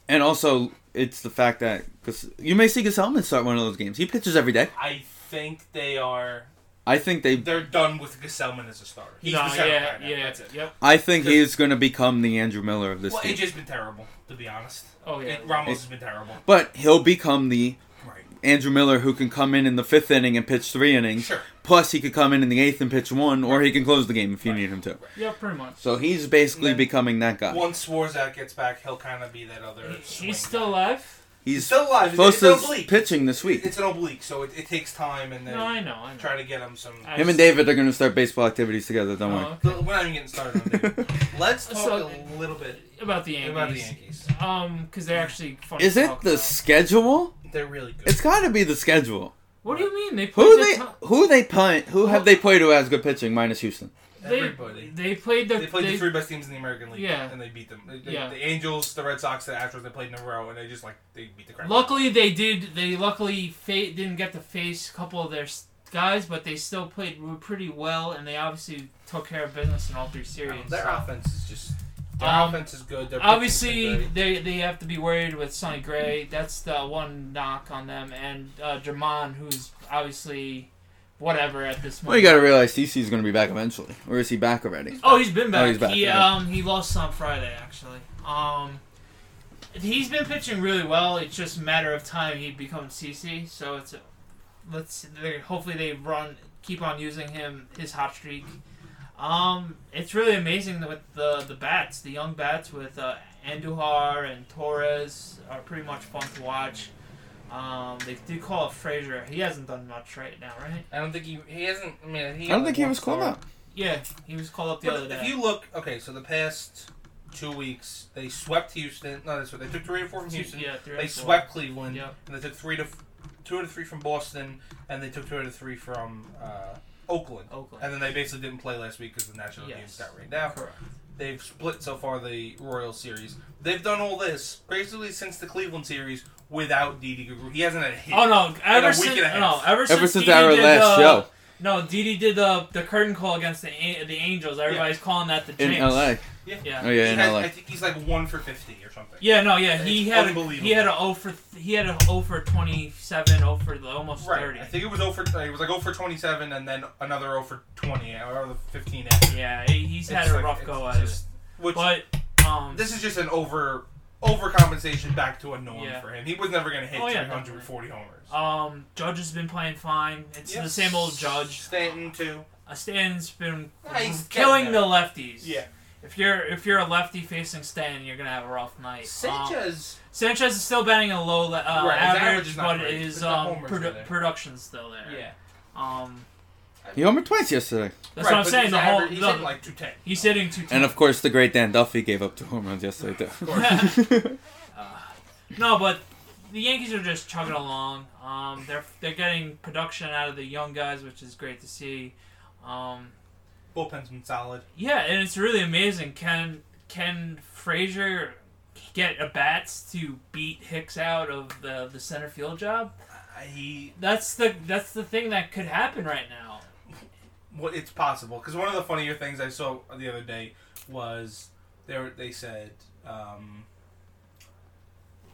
and also it's the fact that because you may see Gesellman start one of those games. He pitches every day.
I think they are.
I think they.
They're done with Gesellman as a starter. He's
no,
the center guy
yeah,
now.
yeah,
That's it.
yep.
I think he's going to become the Andrew Miller of this
Well,
team.
AJ's been terrible. to be honest.
Oh yeah.
It, Ramos has been terrible.
But he'll become the
Right.
Andrew Miller who can come in in the fifth inning and pitch three innings.
Sure.
Plus, he could come in in the eighth and pitch one, or he can close the game if you need him to.
yeah, pretty much.
So he's basically
And then-
becoming that guy.
Once Swarzak gets back, he'll kind of be that other.
He-
swing
He's still alive.
he's
still alive. It's-
Close
it's
to
oblique.
pitching this week.
It's an oblique, so it, it takes time, and then
No, I know. I know.
try to get him some.
I
Him and
just-
David are going to start baseball activities together. Don't
Oh,
worry.
okay.
We're not even getting started on David. Let's talk
So-
a little bit
About the Yankees.
about the Yankees.
Um, because they're actually fun.
Is
to
it
talk
the
about.
schedule?
They're really good.
It's got to be the schedule.
What do you mean they played
Who
their
they
to-
who they punt? Who have they played who has good pitching minus Houston?
they,
Everybody.
They played the.
They played
they-
the three best teams in the American League,
Yeah.
and they beat them. They- they-
Yeah.
The Angels, the Red Sox, the Astros. They played in a row, and they just like they beat the crap. out of them.
Luckily, they did. They luckily fa- didn't get to face a couple of their s- guys, but they still played re- pretty well, and they obviously took care of business in all three series.
their
so.
offense is just. Their
Um,
offense is good. Their pitching's been
Obviously,
great.
they they have to be worried with Sonny Gray. That's the one knock on them, and uh, Jermon, who's obviously whatever at this
Well, you
moment.
got to realize CC's going to be back eventually, or is he back already?
Oh, he's been back.
Oh, he's back,
He
yeah.
um he lost on Friday actually. Um, he's been pitching really well. It's just a matter of time he becomes CC. So it's a, let's they hopefully they run keep on using him his hot streak. Um, it's really amazing that with the the bats, the young bats with uh, Andujar and Torres are pretty much fun to watch. Um, they do call up Frazier. He hasn't done much right now, right?
I don't think he he hasn't. I mean, he
I don't think he was called
up.
up.
Yeah, he was called up the
But
other day.
If you look, okay, so the past two weeks they swept Houston. No, that's what they took three or four from
Two-
Houston.
yeah, three
they
or four.
swept Cleveland,
Yep.
and they took three to f- two to three from Boston, and they took two to three from uh, Oakland.
Oakland.
And then they basically didn't play last week because the national
Yes.
games got rained out.
Correct.
They've split so far the Royal series. They've done all this basically since the Cleveland series without Didi Gregor. He hasn't had a hit.
Oh no!
a
Ever
week
since
and a half.
no, ever since,
Ever since
Didi
our
did
uh,
last
the,
show
No, Didi did the the curtain call against the An- the Angels. Everybody's calling that the
in
jinx.
LA.
Yeah.
Oh
He
yeah, in
has-
LA.
I think he's like one for fifty or something.
Yeah, no, yeah, he
It's
had a,
unbelievable.
he had a 0 for th- he had a 0 for 27, 0 for the- almost
Right.
30.
I think it was over. It was like 0 for 27, and then another 0 for 20 or 15. After.
yeah, he- he's had
It's
a
like-
rough
it's
go at it.
just- Which
But um,
this is just an over overcompensation back to a norm
Yeah.
for him. He was never going to hit
Oh, yeah,
340 homers.
um, Judge has been playing fine. It's
Yeah.
the same old Judge.
Stanton too.
Uh, Stanton's been
Ah, he's
killing
getting
the
there.
lefties.
Yeah.
If you're if you're a lefty facing Stanton, you're gonna have a rough night. Um,
Sanchez.
Sanchez is still batting a low le- uh,
Right, his
average,
average is not
but
great,
his
but the
um,
homers are
produ-
there.
production's still there.
yeah.
Um,
He homered twice yesterday,
Right,
that's what I'm
but
saying.
he's
The whole
average- he's
the-
hitting like 210.
he's hitting two.
and of course the great Dan Duffy gave up two home runs yesterday too.
no, but the Yankees are just chugging along. Um, they're they're getting production out of the young guys, which is great to see. Um,
Bullpen's been solid.
yeah, and it's really amazing. Can can Frazier get a bats to beat Hicks out of the the center field job?
Uh, He,
That's the that's the thing that could happen right now.
well, it's possible because one of the funnier things I saw the other day was there. They said um,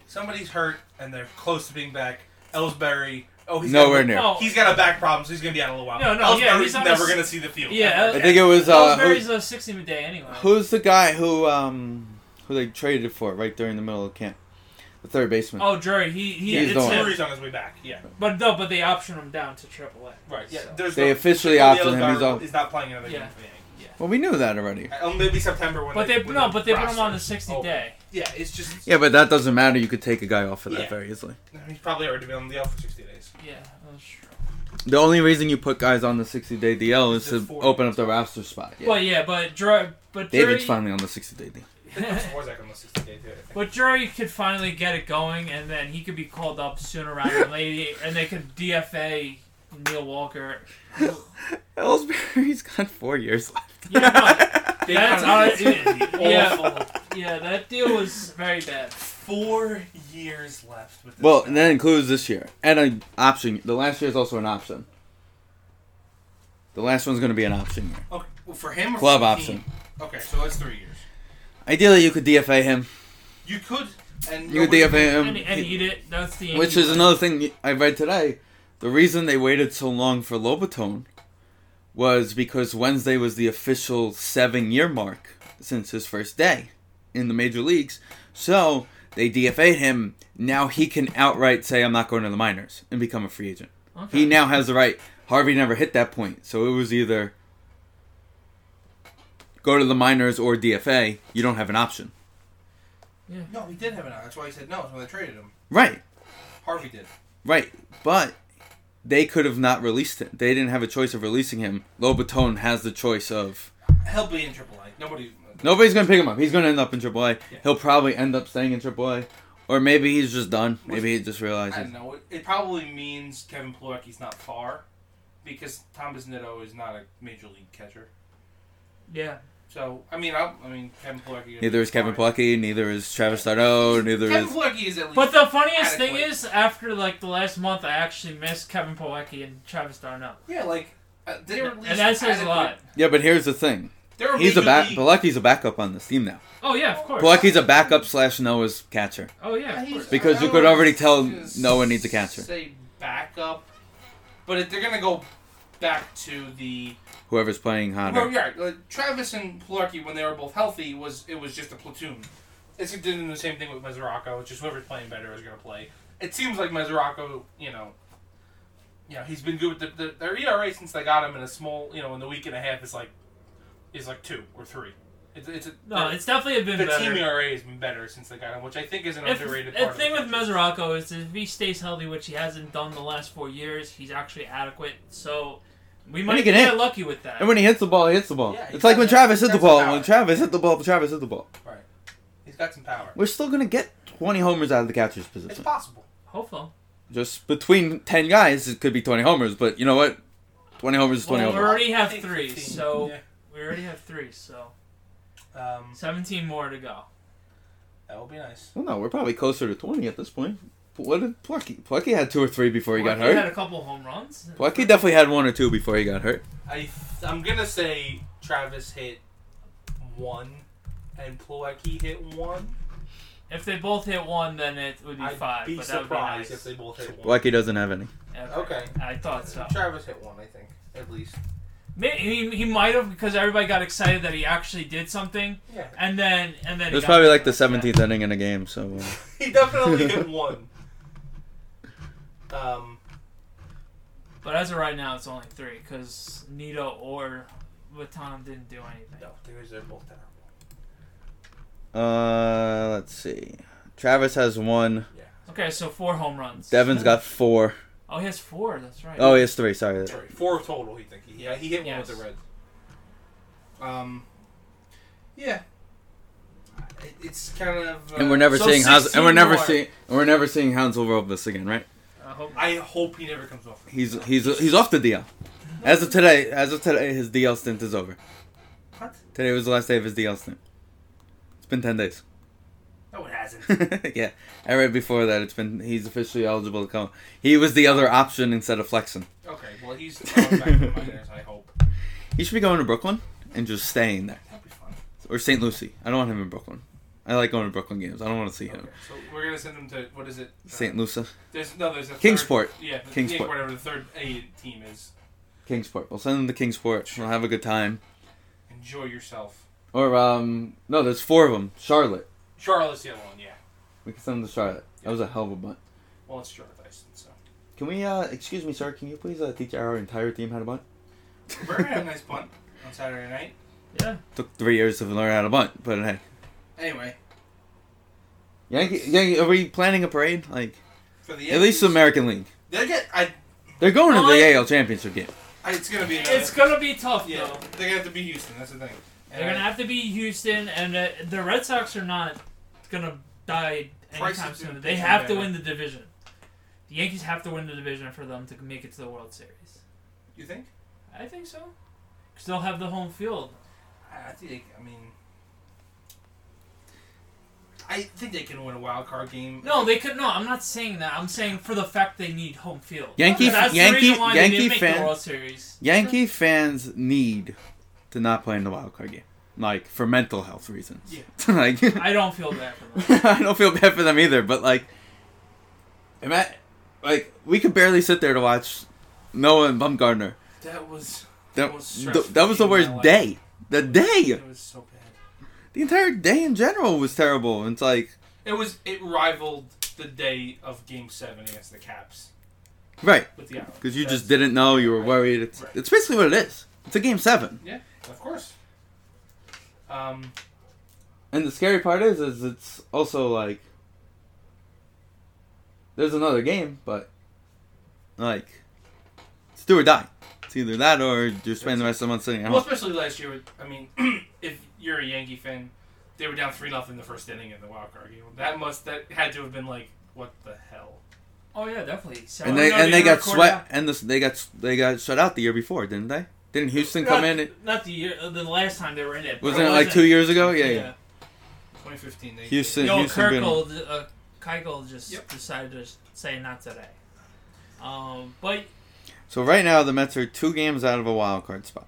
somebody's hurt and they're close to being back. Ellsbury. Oh, he's
Nowhere
got-
near.
No,
He's got a back problem, so he's gonna be out a little while.
No, no, yeah,
Ellsbury's
he's on a
never
s-
gonna see the field.
Yeah,
ever.
uh,
I think it was uh,
Ellsbury's
who,
a 60 a day anyway.
who's the guy who um who they traded for right during the middle of camp, the third baseman.
Oh, Drury. He, he
He's
it's
the one.
him.
Drury's on his way back. Yeah,
But no, but they optioned him down to AAA.
right. Yeah,
So-
there's
They
no-
officially
Ellsbury
opted him, he's off.
Is not playing another
Yeah.
game for the Yankees.
Well, we knew that already.
Uh, Maybe September when.
But they
when
no,
the
but they put him on the
roster-
60
oh,
day.
Yeah, it's just
Yeah, but that doesn't matter. You could take a guy off of that
Yeah.
very easily.
he's probably already been on the DL for sixty days.
Yeah, that's true.
The only reason you put guys on the 60-day DL is
It's
to
just four
open up the roster spot. Yeah.
Well, yeah, but Drury, but
David's
Drury,
finally on the 60-day DL.
Warzak on the sixty day too. I think.
but Drury could finally get it going, and then he could be called up sooner rather than later, and they could DFA Neil Walker.
Ellsbury's got four years left.
Yeah, no,
They
that's
kinda-
honestly, yeah, yeah, that deal was very bad.
four years left with. This
Well,
guy.
and that includes this year and an option. The last year is also an option. The last one's going to be an option year.
okay, well, for him or
Club
for the
option.
team? Okay, so that's three years.
Ideally, you could DFA him.
You could and
You could
nobody-
DFA him,
And, and eat it. That's the
which
Yankee
is
way.
another thing I read today. The reason they waited so long for Lobatone was because Wednesday was the official seven-year mark since his first day in the major leagues. So they DFA'd him. Now he can outright say, "I'm not going to the minors" and become a free agent. He now has the right. Harvey never hit that point, so it was either go to the minors or DFA. You don't have an option,
No, he did have an eye. That's why he said no. That's when they traded him.
right?
Harvey did.
Right, but they could have not released him. They didn't have a choice of releasing him. Lobatone has the choice of
He'll be in AAA. Nobody.
nobody's going to pick him up. He's going to end up in AAA. He'll probably end up staying in AAA, or maybe he's just done. Maybe he just
I
realizes.
don't know. It, it probably means Kevin Plowecki's not far, because Thomas Nitto is not a major league catcher.
Yeah.
So I mean, I, I mean Kevin Plowecki.
Neither is Kevin Plucky. Neither is Travis Darno. Neither
Kevin
is
Plowecki is at least.
But the funniest
adequate.
thing is, after like the last month, I actually missed Kevin Pawlecki and Travis Darnell,
yeah, like uh, they were. At least
and that says a
adequate-
lot.
yeah. But here's the thing.
They were
He's a
major
back.
league-
Plucky's a backup on this team now.
Oh yeah, of course.
Plucky's a backup slash Noah's catcher.
Oh yeah, of course.
Because
I
you
don't
could
wanna
already tell
s-
Noah needs a catcher.
Say backup, but if they're gonna go back to the
Whoever's playing
Well,
hotter.
yeah, like, Travis and Plarkey, when they were both healthy, was it was just a platoon. It's it did the same thing with Mesoraco. It's just whoever's playing better is going to play. It seems like Mesoraco, you know, yeah, he's been good with the, the, their ERA since they got him in a small, you know, in the week and a half is like is like two or three. It's it's a,
No,
the,
it's definitely been
the
better.
team ERA has been better since they got him, which I think is an
If,
underrated
the
part.
thing
of
with
the
Mesoraco is if he stays healthy, which he hasn't done the last four years, he's actually adequate. So we might
he can
get
hit.
lucky with that.
And when he hits the ball, he hits the ball.
Yeah, he's
it's like
got
when
that-
Travis hit the
that's
ball.
power.
When Travis hit the ball, Travis hit the ball.
right, he's got some power.
We're still gonna get 20 homers out of the catcher's
It's
position.
possible.
Hopefully,
Just between 10 guys, it could be 20 homers. But you know what? 20 homers is 20
well, we
homers.
already have
I think
three,
15,
so we already have three, so
yeah. um,
seventeen more to go.
that would be nice.
Well, no, we're probably closer to 20 at this point. But what did Plucky? Plucky had two or three before he got
Well, he had
hurt.
a couple home runs.
Plucky definitely had one or two before he got hurt.
I th- I'm gonna say Travis hit one, and Plowecki hit one.
If they both hit one, then it would be
I'd
five.
be
but
surprised
that
if they
would
both hit one.
Plucky doesn't have any.
be nice.
Okay.
I thought so.
Travis hit one, I think, at least.
May- He, he might have because everybody got excited that he actually did something,
Yeah,
and then and then
It
he
was
got-
probably like the 17th inning in a game. So uh,
he definitely hit one. Um,
But as of right now, it's only three because Nito or Watanam didn't do anything.
no, they was- they're both terrible.
Uh, let's see. Travis has one.
Okay, so four home runs.
Devin's got four.
Oh, he has four. That's right.
Oh, he has three. Sorry.
Sorry, four total. He think he yeah he hit one
Yes.
with the Reds. Um, yeah, it, it's kind of. Uh,
And we're never
So
seeing Hans. And we're
16
never
more.
seeing. And we're never seeing Hansel Robles again, right?
I hope.
I hope he never comes off.
He's he's he's off the DL. As of today, as of today, his DL stint is over.
What?
Today was the last day of his DL stint. It's been ten days.
No, it hasn't.
yeah, and right before that, it's been he's officially eligible to come. He was the other option instead of flexing.
Okay, well he's going back to the minors. I hope
He should be going to Brooklyn and just staying there,
that'd be fun.
or St. Lucie. I don't want him in Brooklyn. I like going to Brooklyn games. I don't want to see him.
Okay, so we're gonna send him to what is it? Uh,
St. Lucia.
There's no, there's a third-
Kingsport.
yeah, the,
Kingsport.
Kingsport. Whatever the third A team is.
Kingsport. We'll send them to Kingsport. We'll have a good time.
Enjoy yourself.
Or um, no, there's four of them. Charlotte.
Charlotte's the other one. Yeah.
We can send them to Charlotte. That was a hell of a bunt.
Well, it's Charlotte Dyson. So
Can we? uh Excuse me, sir. Can you please uh, teach our entire team how to bunt?
we're gonna have a nice punt on Saturday night.
Yeah.
Took three years to learn how to bunt, but hey.
Anyway,
Yankee, Yankee, are we planning a parade? Like
for the
at least the
Yankees,
American League.
They get. I,
They're going to
Oh, I-
the AL Championship game.
I. It's gonna be. Another,
It's gonna be tough
Yeah.
though.
They're gonna have to be Houston. That's the thing.
They're gonna have to be Houston, and uh, the Red Sox are not gonna die
Price
anytime
is gonna
soon.
be
They
so
have to
bad.
win the division. The Yankees have to win the division for them to make it to the World Series.
You think?
I think so, because they'll have the home field.
I I think. They, I mean. I think they can win a wild card game.
No, they could. No, I'm not saying that. I'm saying for the fact they need home field.
Yankee-
that's
Yankee-
the reason why
Yankee
they didn't make
fan-
the World Series.
Yankee fans need to not play in the wild card game, like for mental health reasons.
Yeah.
like
I don't feel bad for them.
I don't feel bad for them either, but like, am I, like we could barely sit there to watch Noah and Bumgarner.
That was.
That
was
th-
stressful
that was the
in my
worst
life.
day. The day,
It was so bad.
the entire day in general was terrible. It's like
It was it rivaled the day of Game Seven against the Caps
Right.
with the Islanders.
Because you
That's-
just didn't know, you were worried. It's,
Right.
it's basically what it is. It's a game seven.
Yeah, of course. Um,
And the scary part is, is it's also like there's another game, but like it's do or die. It's either that or you spend the rest of the month sitting at
well,
home.
especially last year. with- I mean, if you're a Yankee fan, they were down three nothing the first inning in the wild card game. That must that had to have been like, what the hell?
Oh yeah, definitely. So-
And they
No,
and they got
record
sweat
out-
and this, they got they got shut out the year before, didn't they? Didn't Houston
Not,
come in? It,
not the year, uh, the last time they were in it. but
wasn't it like two years ago? Yeah, yeah.
2015. They
Houston,
Yo,
Houston. been-
Kirkle, uh, Keuchel just
Yep.
decided to say not today. Um, but
so right now the Mets are two games out of a wild card spot.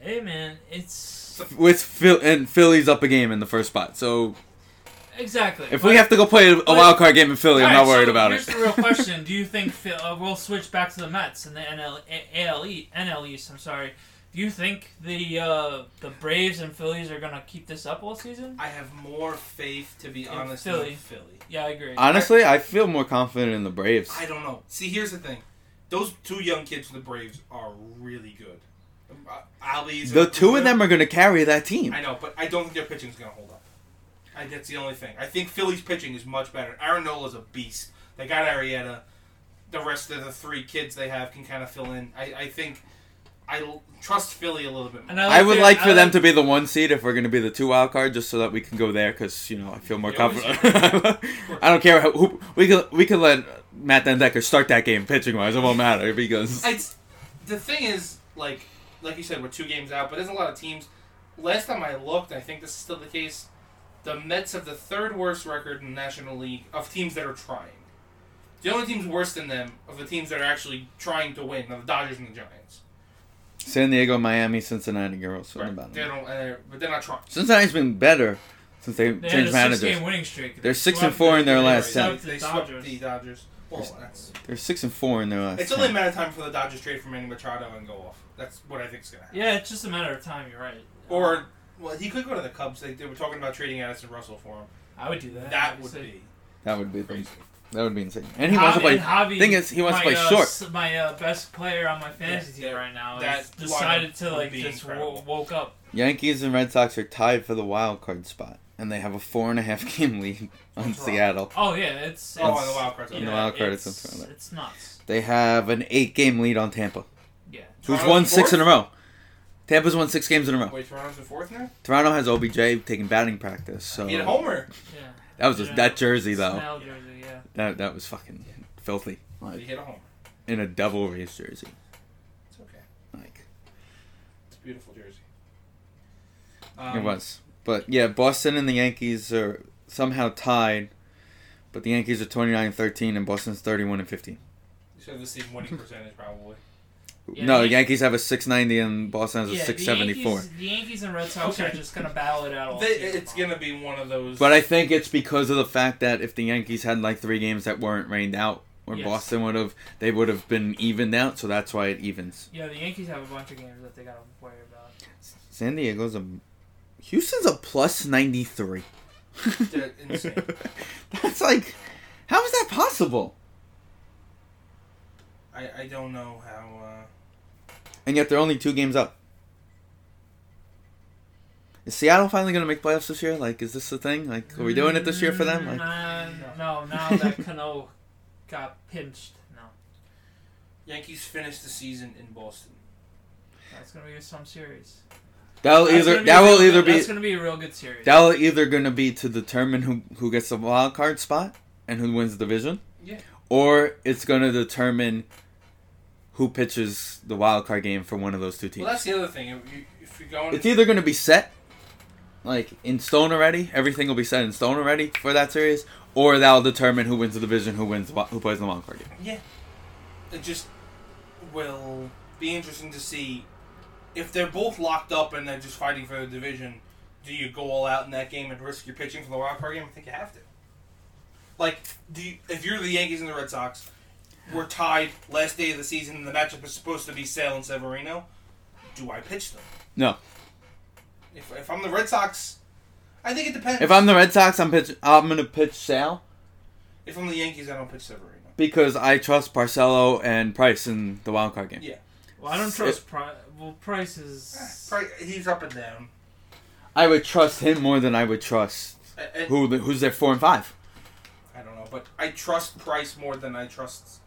hey, man, it's
With Phil and Philly's up a game in the first spot, so
exactly.
if
but-
we have to go play a wild card game in Philly, I'm
All
not
right,
worried
so
about
here's
it.
the real question: Do you think Phil, uh, we'll switch back to the Mets and the NL, A- AL East, NL East? I'm sorry. Do you think the uh, the Braves and Phillies are gonna keep this up all season?
I have more faith, to be
In
honest,
Philly.
in Philly.
Yeah, I agree.
Honestly, I feel more confident in the Braves.
I don't know. See, here's the thing: those two young kids from the Braves are really good. Um, uh, Ali's
The two of them are going to carry that team.
I know, but I don't think their pitching's going to hold up. I, that's the only thing. I think Philly's pitching is much better. Aaron Nola's a beast. They got Arietta. The rest of the three kids they have can kind of fill in. I, I think I l- trust Philly a little bit. More.
And
I would
their-
like for
I
them to be the one seed if we're going to be the two wild card, just so that we can go there. Because you know, I feel more
Yeah, we
confident. I don't care how, who we could we could let Matt Van Decker start that game pitching wise. It won't matter because
It's the thing is like like you said we're two games out, but there's a lot of teams. Last time I looked, I think this is still the case. The Mets have the third worst record in the National League of teams that are trying. The only teams worse than them of the teams that are actually trying to win are the Dodgers and the Giants.
San Diego, Miami, Cincinnati, you're also in the
Right.
bottom.
They don't, uh, but they're not trying.
Cincinnati's been better since they,
They had
changed
a six-game
managers.
winning streak.
They're six and
swept
four in their
they
last
swept
ten.
the
They
Dodgers.
swept the Dodgers. Well, that's,
They're six and four in their last.
it's only a
10.
matter of time for the Dodgers trade for Manny Machado and go off. That's what I think's gonna happen.
Yeah, it's just a matter of time. You're right.
Or well, he could go to the Cubs. They, they were talking about trading Addison Russell for him.
I would do that.
That would
obviously.
be Oh,
that would be
crazy.
that would be insane. And he wants to play.
and Javi,
thing is, he wants to
my,
play
uh,
short.
s- My uh, best player on my fantasy
Yeah,
team right now
that
has decided
lineup
to
would
like
be
just
incredible.
wo- woke up.
Yankees and Red Sox are tied for the wild card spot, and they have a four and a half game lead on
Toronto.
Seattle.
Oh yeah, it's, it's
Oh, on the wild card.
yeah,
the wild card, it's
it's,
something like
it's nuts.
They have an eight game lead on Tampa,
Yeah.
uh, who's
Toronto's
won six
fourth?
in a row. Tampa's won six games in a row.
Wait, Toronto's in fourth now.
Toronto has OBJ taking batting practice, so
He had a homer.
Yeah.
that was just, that jersey though.
Snell jersey, yeah.
That that was fucking filthy.
He
Like
hit a homer.
in a Devil Rays jersey.
It's okay.
Like
It's a beautiful jersey. Um,
it was, but yeah, Boston and the Yankees are somehow tied, but the Yankees are 29-13 and Boston's 31 and 15.
So the same winning percentage probably.
Yeah,
no, the
the
Yankees have a 690 and Boston has a
Yeah,
674.
The Yankees, the Yankees and Red Sox are just gonna battle it out all
They,
season
it's
long.
gonna be one of those.
But I think it's because of the fact that if the Yankees had like three games that weren't rained out, or
Yes.
Boston would have, they would have been evened out. So that's why it evens.
Yeah, the Yankees have a bunch of games that they gotta worry about.
San Diego's a, Houston's a plus ninety three.
They're insane.
That's like, how is that possible?
I, I don't know how. Uh,
And yet they're only two games up. Is Seattle finally going to make playoffs this year? Like, is this the thing? Like, are we doing it this year for them?
Mm,
Like,
uh, no, now that Cano got pinched, no.
Yankees finished the season in Boston.
That's gonna be some series.
that'll
That's
either
gonna be
that
a
will
real-
either be
That's gonna be a real good series.
That'll either gonna be to determine who who gets the wild card spot and who wins the division.
Yeah.
Or it's gonna determine who pitches the wild card game for one of those two teams.
Well, that's the other thing. If, you, if you're going,
it's either gonna be set, like in stone already. Everything will be set in stone already for that series, or that'll determine who wins the division, who wins, the wi- who plays in the wild card game.
yeah, it just will be interesting to see if they're both locked up and they're just fighting for the division. Do you go all out in that game and risk your pitching for the wild card game? I think you have to. Like, do you, if you're the Yankees and the Red Sox, we're tied last day of the season, and the matchup is supposed to be Sale and Severino. Do I pitch them?
No,
If, if I'm the Red Sox, I think it depends.
If I'm the Red Sox, I'm pitch. I'm gonna pitch Sale
if I'm the Yankees, I don't pitch Severino.
because I trust Parcello and Price in the wild card game.
Yeah.
Well, I don't trust Pri- well Price is
Pri- He's up and down.
I would trust him more than I would trust
I, I,
who the, who's their four and five.
I don't know, but I trust Price more than I trust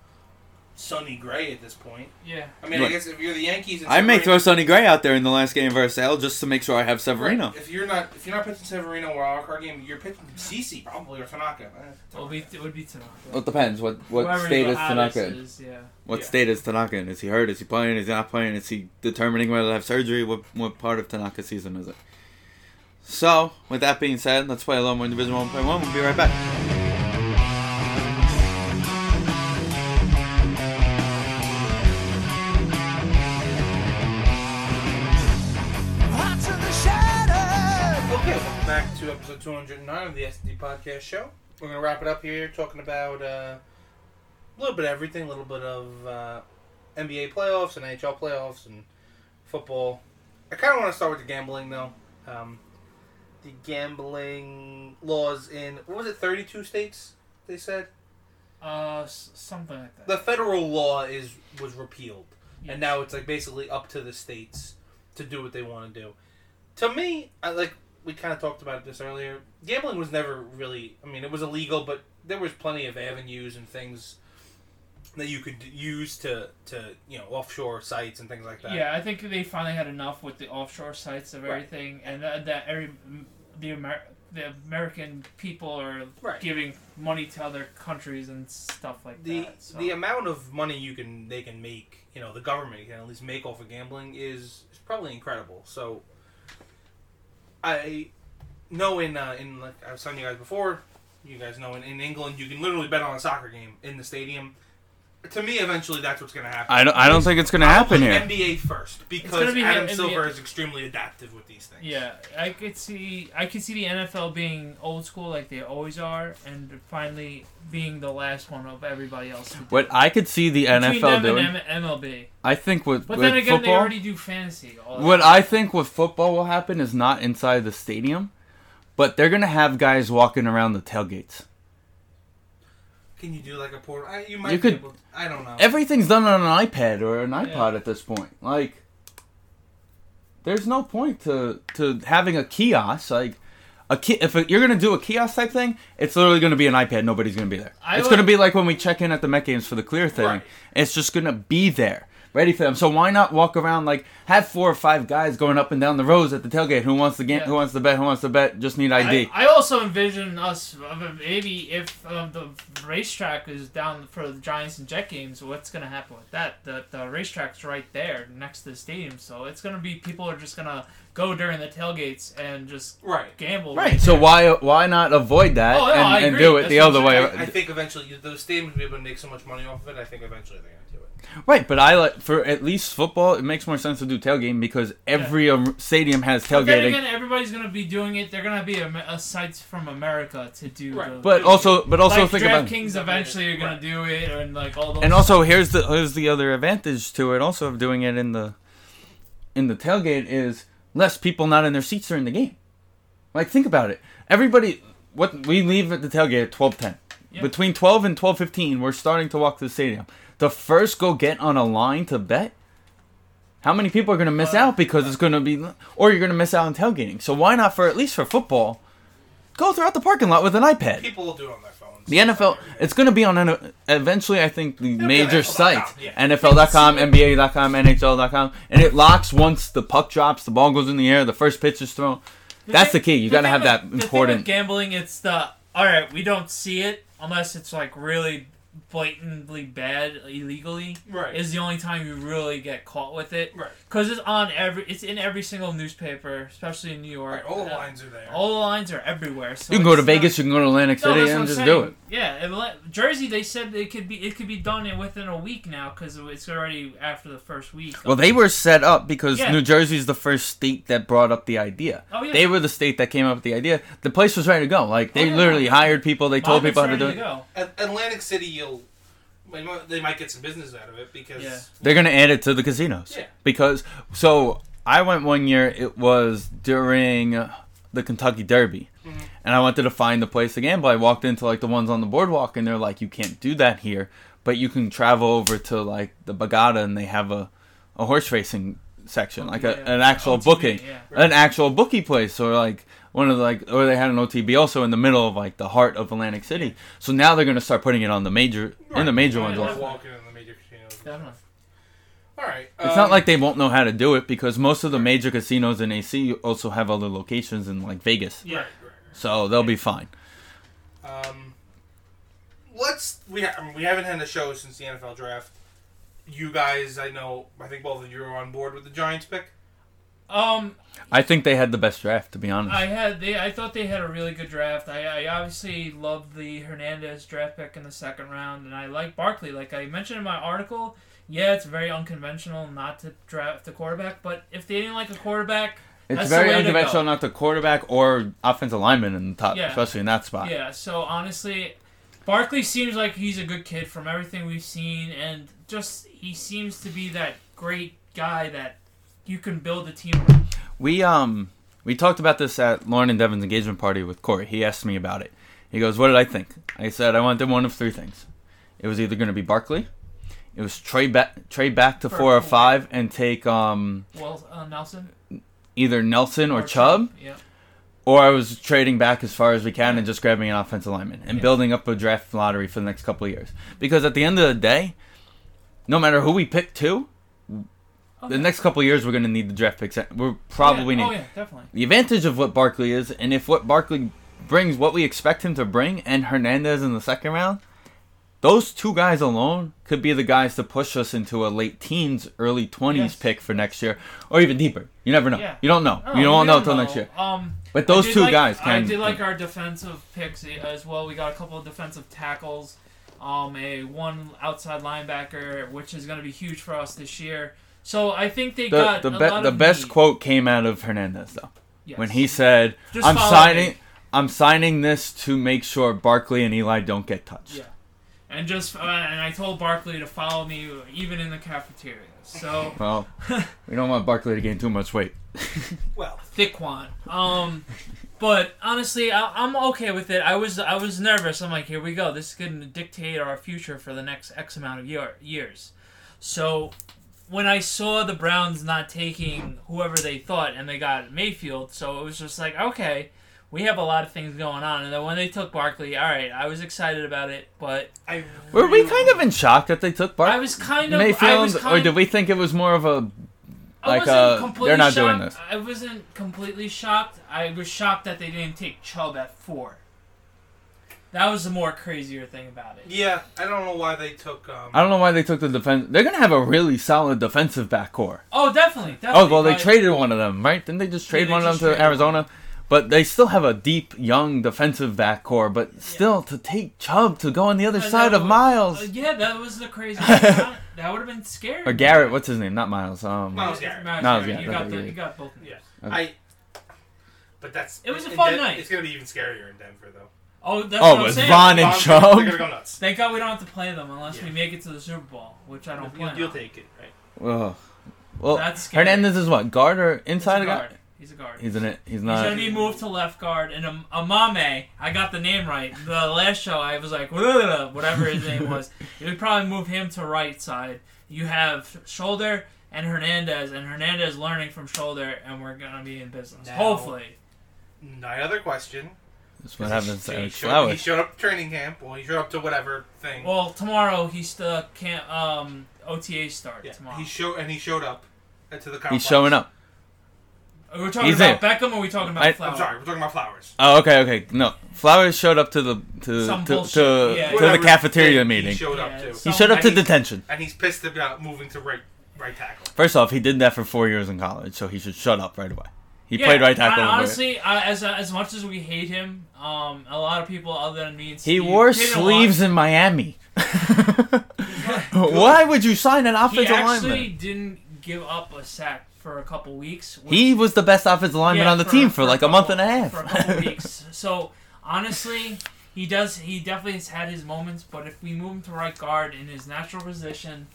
Sonny Gray at this point.
yeah.
I mean, I
Right.
guess if you're the Yankees, and
I may throw
Severino-
Sonny Gray out there in the last game versus Sale just to make sure I have Severino.
If you're not if you're not pitching Severino or wild card game, you're pitching CC probably or Tanaka. Eh,
Well, it would be, it would be Tanaka.
Well, it depends. What what
Whoever
state is
Johannes
Tanaka in?
is, yeah.
What
Yeah.
state is Tanaka in? Is he hurt? Is he playing? Is he not playing? Is he determining whether to have surgery? What what part of Tanaka's season is it? So, with that being said, let's play a little more Division 1.1. We'll be right back.
Hearts in the shadows.
Okay, welcome back to episode 209 of the SD Podcast Show. We're going to wrap it up here talking about uh, a little bit of everything, a little bit of uh, NBA playoffs and NHL playoffs and football. I kind of want to start with the gambling, though. Um, the gambling laws in, what was it, 32 states, they said?
Uh, s- something like that.
The federal law is was repealed.
Yes.
and now it's like basically up to the states to do what they want to do. To me, I like we kind of talked about this earlier. Gambling was never really. I mean, it was illegal, but there was plenty of avenues and things that you could use to to you know offshore sites and things like that.
Yeah, I think they finally had enough with the offshore sites of
Right.
everything, and that, that every m- the Amer- the American people are
Right.
giving money to other countries and stuff like
the
that. So.
the amount of money you can they can make you know the government can at least make off of gambling is, is probably incredible so i know in uh, in like i was telling you guys before you guys know in, in england you can literally bet on a soccer game in the stadium to me eventually that's what's going to happen
I don't, I don't think it's going to happen here.
nba first because
gonna be
adam
NBA.
silver is extremely adaptive with these things
yeah, I could see I could see the NFL being old school like they always are, and finally being the last one of everybody else. to do
What I could see the
it.
NFL
Between them
doing,
and M- MLB,
I think with,
but
with
then again,
football,
they already do fantasy. All
what
that.
I think with football will happen is not inside the stadium, but they're going to have guys walking around the tailgates.
can you do like a portal I, you might
You
be
could-
able i don't know
Everything's done on an iPad or an iPod
Yeah.
at this point. Like, there's no point to to having a kiosk. Like, a ki- if you're gonna do a kiosk type thing, it's literally gonna be an iPad. Nobody's gonna be there.
I
it's
would-
gonna be like when we check in at the Met games for the clear thing.
Right.
It's just gonna be there, ready for them. So why not walk around like have four or five guys going up and down the rows at the tailgate? Who wants the game?
Yeah.
Who wants the bet? Who wants the bet? Just need ID.
I, I also envision us uh, maybe if uh, the racetrack is down for the Giants and Jet games, what's going to happen with that? The, the racetrack's right there next to the stadium, so it's going to be people are just going to go during the tailgates and just
right
gamble.
Right. So why why not avoid that
Oh, no, I
and, and
agree.
do it the
That's
other
what
way?
I'm
I, I think eventually those stadiums will be able to make so much money off of it i think eventually they're going to do it
Right, but I like for at least football, it makes more sense to do tailgating because every um, stadium has
But then
tailgating.
again, everybody's going to be doing it. They're going to be a, a sites from America to do.
Right.
those.
but also, but also
like
think about
DraftKings eventually are going
Right.
to do it, and like all those.
and also here's the here's the other advantage to it also of doing it in the in the tailgate is less people not in their seats during the game. Like think about it. Everybody, what we leave at the tailgate at twelve ten. Between twelve and twelve fifteen, we're starting to walk to the stadium. The first go get on a line to bet. How many people are going to miss out because it's going to be, or you're going to miss out on tailgating? So why not for at least for football, go throughout the parking lot with an iPad.
People will do it on their phones.
The NFL, it's going to be on N- eventually. I think the major sites,
yeah.
NFL.com, NBA.com, NHL.com, and it locks once the puck drops, the ball goes in the air, the first pitch is thrown. That's the key. You got to have
thing with-
that
the thing with
important.
gambling. It's the all right. We don't see it unless it's like really blatantly bad illegally.
Right.
Is the only time you really get caught with it.
Right.
Because it's on every. It's in every single newspaper, especially in New York.
Right, all the
Uh,
lines are there.
All the lines are everywhere. So
You can go to
it's not-
Vegas, you can go to Atlantic
No,
City,
that's what
and
I'm
just
saying.
do it.
Yeah, and let- Jersey. They said it could be. It could be done in within a week now because it's already after the first week.
Well, they were set up because
Yeah.
New Jersey's the first state that brought up the idea.
Oh, yeah. Oh,
They were the state that came up with the idea. The place was ready to go. Like they
yeah.
literally hired people. They told
Monmouth's
people how to
ready
do
to
it.
go.
At Atlantic City, you'll they might- they might get some business out of it because
Yeah.
They're gonna add it to the casinos.
Yeah.
Because so I went one year. It was during the Kentucky Derby, and I wanted to find a place to gamble. I walked into like the ones on the boardwalk, and they're like, "You can't do that here, but you can travel over to like the Bagada, and they have a, a horse racing section, like a, an actual
OTB,
booking,
yeah.
an actual bookie place, or like one of the, like, or they had an OTB also in the middle of like the heart of Atlantic City. So now they're gonna start putting it on the major in the major ones.
Just
also.
walking in the major casinos.
Definitely.
All right. um,
It's not like they won't know how to do it because most of the major casinos in AC also have other locations in like Vegas,
Yeah.
so they'll be fine.
Um, let's we ha- I mean, we haven't had a show since the NFL draft. You guys, I know, I think both of you are on board with the Giants pick.
Um,
I think they had the best draft, to be honest.
I had they. I thought they had a really good draft. I, I obviously loved the Hernandez draft pick in the second round, and I like Barkley. Like I mentioned in my article, yeah, it's very unconventional not to draft a quarterback. But if they didn't like a quarterback,
It's
that's
very
the way to go.
unconventional not the quarterback or offensive lineman in the top,
Yeah.
especially in that spot.
Yeah, so honestly, Barkley seems like he's a good kid from everything we've seen, and just he seems to be that great guy that you can build a team around.
We um we talked about this at Lauren and Devin's engagement party with Corey. He asked me about it. He goes, "What did I think?" I said, "I wanted one of three things. It was either going to be Barkley, it was trade back trade back to four or
Barkley.
five and take um
Well, uh, Nelson
either Nelson or Chubb."
Yeah,
or I was trading back as far as we can and just grabbing an offensive lineman and building up a draft lottery for the next couple of years. Because at the end of the day, no matter who we pick to, the next couple of years we're going to need the draft picks. We're probably
yeah.
need
Oh yeah, definitely.
the advantage of what Barkley is, and if what Barkley brings, what we expect him to bring, and Hernandez in the second round, those two guys alone could be the guys to push us into a late teens, early twenties
Yes.
pick for next year, or even deeper. You never know.
Yeah.
You don't know.
Oh,
you don't
we
know
don't
until next year.
Um,
But
I
those
did
two
like-
guys
I
can-
did like our defensive picks as well. We got a couple of defensive tackles, um, a one outside linebacker, which is going to be huge for us this year. So I think they
the
got
the,
a
be-
lot
the
of
best
need.
quote came out of Hernandez though,
Yes.
when he said,
Just
"I'm
follow
signing,
me."
I'm signing this to make sure Barkley and Eli don't get touched."
Yeah. and just uh, and I told Barkley to follow me even in the cafeteria. So
Well, we don't want Barkley to gain too much weight.
Well,
thick one. Um, but honestly, I, I'm okay with it. I was I was nervous. I'm like, here we go. This is going to dictate our future for the next X amount of year, years. So when I saw the Browns not taking whoever they thought and they got Mayfield, so it was just like, okay. We have a lot of things going on, and then when they took Barkley, all right, I was excited about it, but
I
Were we kind of in shock that they took Barkley?
I was kind of
Mayfield,
I was kind
or did we think it was more of a
I
like
wasn't
uh,
completely
they're not
shocked.
doing this?
I wasn't completely shocked. I was shocked that they didn't take Chubb at four. That was the more crazier thing about it.
yeah, I don't know why they took. Um,
I don't know why they took the defense. They're gonna have a really solid defensive back core.
Oh, definitely. definitely
Oh well, they
but-
traded one of them, right? Didn't they just trade
they
one
just
of them to
traded
Arizona? But they still have a deep, young defensive back core. But still, to take Chubb to go on the other
uh,
side
that
of
was-
Miles
uh, yeah, that was the crazy. thing about it. that would have been scary.
or Garrett, what's his name? Not Miles. Um,
Miles
Miles
Garrett.
Miles
Garrett, You
Garrett,
got the,
okay.
you got both. names.
Yeah, I. But that's.
It was a
in
fun
Den-
night.
It's gonna be even scarier in Denver though.
Oh, that's
oh,
what
it
I'm
was
saying.
Vaughn and
Bob's gonna- They're gonna
Chubb.
go nuts.
Thank God we don't have to play them unless we
Yeah.
make it to the Super Bowl, which I don't
You'll,
plan.
you'll
on.
take it, right?
Ugh. Well,
That's scary.
Hernandez is what guard or
He's a
inside guy?
guard. He's a guard.
He's in it. He's
He's
not.
gonna be moved to left guard, and Am- Amame, I got the name right. The last show, I was like, "Ugh," whatever his name was. You would probably move him to right side. You have Shoulder and Hernandez, and Hernandez learning from Shoulder, and we're gonna be in business.
Now-
Hopefully,
My Mm, other question.
That's what happens to
he,
Eric
showed, he
Flowers.
showed up to training camp. Well, he showed up to whatever thing.
well, tomorrow he's the camp um, OTA start
yeah.
tomorrow.
He show and he showed up to the complex.
He's showing up.
are we talking
he's
about Beckham, or are we talking about
I-
Flower?
I'm sorry, we're talking about flowers.
Oh, okay, okay. No, Flowers showed up to the to
Some
to,
bullshit.
to,
Yeah.
to the
Whatever
cafeteria
thing
meeting.
He showed
Yeah,
up to.
so-
He showed up to
And he-
detention.
and he's pissed about moving to right right tackle.
First off, he did that for four years in college, so he should shut up right away. He
Yeah,
played right tackle.
I,
over it.
honestly, I, as as much as we hate him, um, a lot of people other than me and
he
Steve
wore
didn't
sleeves
watch-
in Miami. Why would you sign an
He
offensive
actually
lineman?
didn't give up a sack for a couple weeks. which-
He was the best offensive lineman
Yeah,
on the team for, like a, month and
couple-
a half.
For a couple weeks. So honestly, he does. He definitely has had his moments. But if we move him to right guard in his natural position,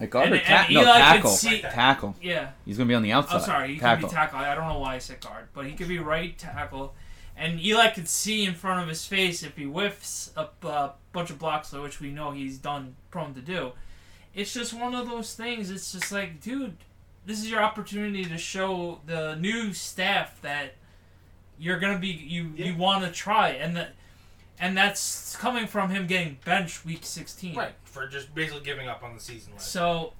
Like guard
And-
or
and
tackle? No,
Eli could
tackle.
see-
tackle.
Yeah.
He's going to be on the outside.
Oh, sorry. He
tackle.
could be tackle. I don't know why I said guard, but he could be right tackle. And Eli could see in front of his face if he whiffs a uh, bunch of blocks, which we know he's done prone to do. It's just one of those things. It's just like, dude, this is your opportunity to show the new staff that you're gonna be you you want to try, and that and that's coming from him getting benched week 16.
Right, for just basically giving up on the season last.
So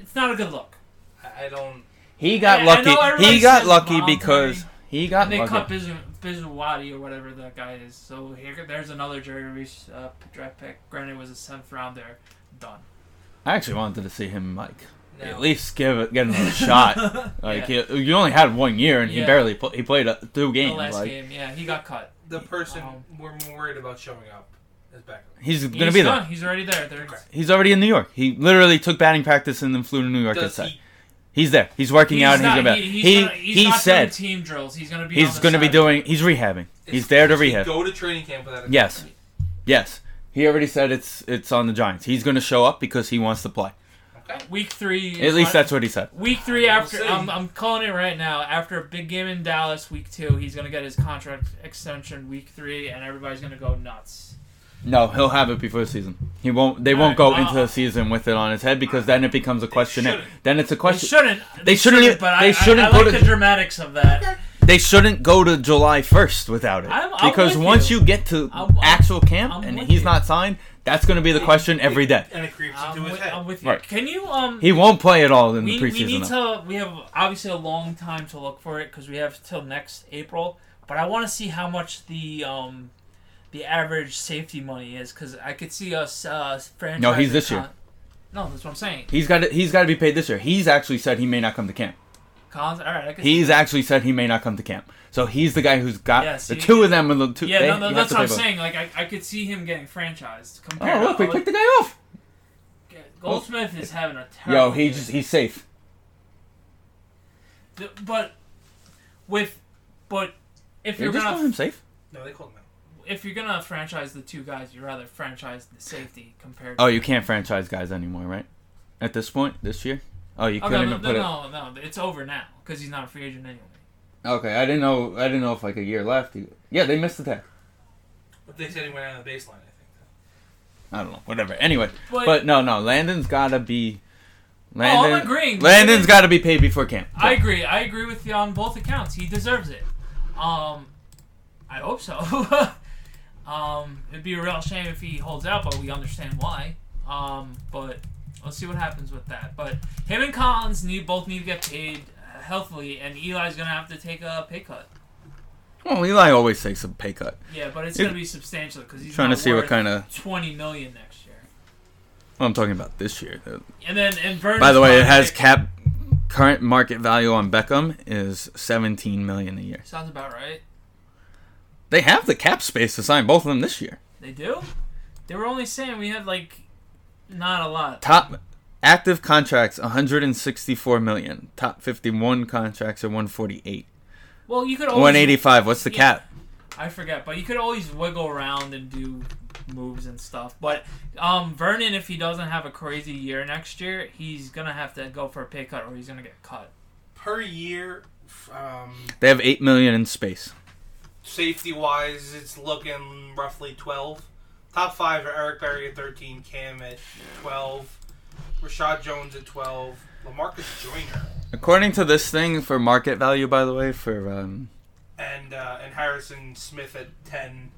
it's not a good look.
I I don't.
He got
I- I know
lucky.
everybody
He got
says
lucky
Montgomery.
because he got
And they cut
lucky.
Bizu Bizuwadi or whatever that guy is. So here, there's another Jerry Reese uh, draft pick. Granted, it was a seventh rounder. Done.
I actually wanted to see him, Mike.
No.
At least give it, get him a shot. Like
Yeah.
you- you only had one year, and he
Yeah.
barely pl- he played uh, two
The
games.
last
like
game, yeah, he got cut.
The person
Um,
we're more worried about showing up is Beckham.
he's gonna
he's
be
done.
there.
He's already there. There's,
He's already in New York. He literally took batting practice and then flew to New York.
Does
that
he-
he's there. He's working
he's
out, and
not,
he's gonna be.
he,
He
he's
he,
not, he's not
said
doing team drills. He's gonna be. on
he's
the
gonna be
side.
doing. He's rehabbing. He's there to rehab.
Go to training camp without a
Yes, yes. He already said it's it's on the Giants. He's gonna show up because he wants to play.
week three.
At least that's what he said.
Week three after
see.
I'm, I'm calling it right now. After a big game in Dallas, week two, he's gonna get his contract extension. Week three, and everybody's gonna go nuts.
No, he'll have it before the season. He won't. They won't go
Alright,
into the season with it on his head because then it becomes a questionnaire.
shouldn't.
Then it's a
They
question.
shouldn't.
They shouldn't even-
But
they
I,
shouldn't
I, I
go
like
to-
the dramatics of that.
They shouldn't go to July first without it
I'm- I'm
because
with
once
you.
you. get to
I'm- I'm-
actual camp
I'm
and
with
he's
you.
not signed, that's going to be the question every day.
And it creeps
I'm
into his
with,
head.
I'm with you.
Right.
Can you um?
He won't play at all in
we,
the
we
preseason.
need
though.
to. We have obviously a long time to look for it because we have till next April. But I want to see how much the um, the average safety money is because I could see us uh franchise.
No, he's this year.
No, that's what I'm saying.
He's got. To, he's got to be paid this year. He's actually said he may not come to camp.
Collins. All right, I could. see-
He's actually said he may not come to camp. So he's the guy who's got
Yes,
the
he-
two of them. With the two,
yeah,
they-
no, no,
you have
that's
to
what
play
I'm
both.
saying. Like I, I could see him getting franchised. Compared
Oh look,
to,
we picked the guy off.
Goldsmith is having a terrible.
Yo, he
year.
just he's safe.
Th- But with, but if
You're
you're
just calling
gonna
him safe.
no, they called him out.
if you're gonna franchise the two guys, you'd rather franchise the safety compared.
Oh, you can't franchise guys anymore, right? At this point, this year. Oh, you
Oh,
couldn't
no, no,
even
no,
put
no, no, it's over now because he's not a free agent anyway.
it. Okay, I didn't know. I didn't know if like a year left. you- Yeah, they missed the tag.
But they said he went out of the baseline. I think.
I don't know. Whatever. Anyway,
But- Oh,
but, no, no, Landon's gotta be.
I'm
Landon,
agreeing.
Landon's got to be paid before camp.
I agree. I agree with you on both accounts. He deserves it. Um, I hope so. um, it'd be a real shame if he holds out, but we understand why. Um, but let's see what happens with that. But him and Collins need both need to get paid uh, healthily, and Eli's gonna have to take a pay cut.
Well, Eli always takes a pay cut.
Yeah, but it's
It-
gonna be substantial because he's
Trying to
not
see what
worth
kind of.
twenty million next year.
Well, I'm talking about this year. though.
And then and Vernon's
By the way, it has
contract-
cap. Current market value on Beckham is 17 million a year.
Sounds about right.
They have the cap space to sign both of them this year.
They do. They were only saying we had like not a lot.
top active contracts 164 million top 51 contracts are 148
Well, you could always
185 what's the
Yeah.
cap
I forget, but you could always wiggle around and do moves and stuff. But um, Vernon, if he doesn't have a crazy year next year, he's gonna have to go for a pay cut or he's gonna get cut.
Per year, f- um,
they have 8 million in space
safety wise, it's looking roughly twelve. Top five are Eric Berry at thirteen, Cam at twelve, Rashad Jones at twelve, Lamarcus Joyner,
according to this thing for market value by the way for um
and uh, and Harrison Smith at ten.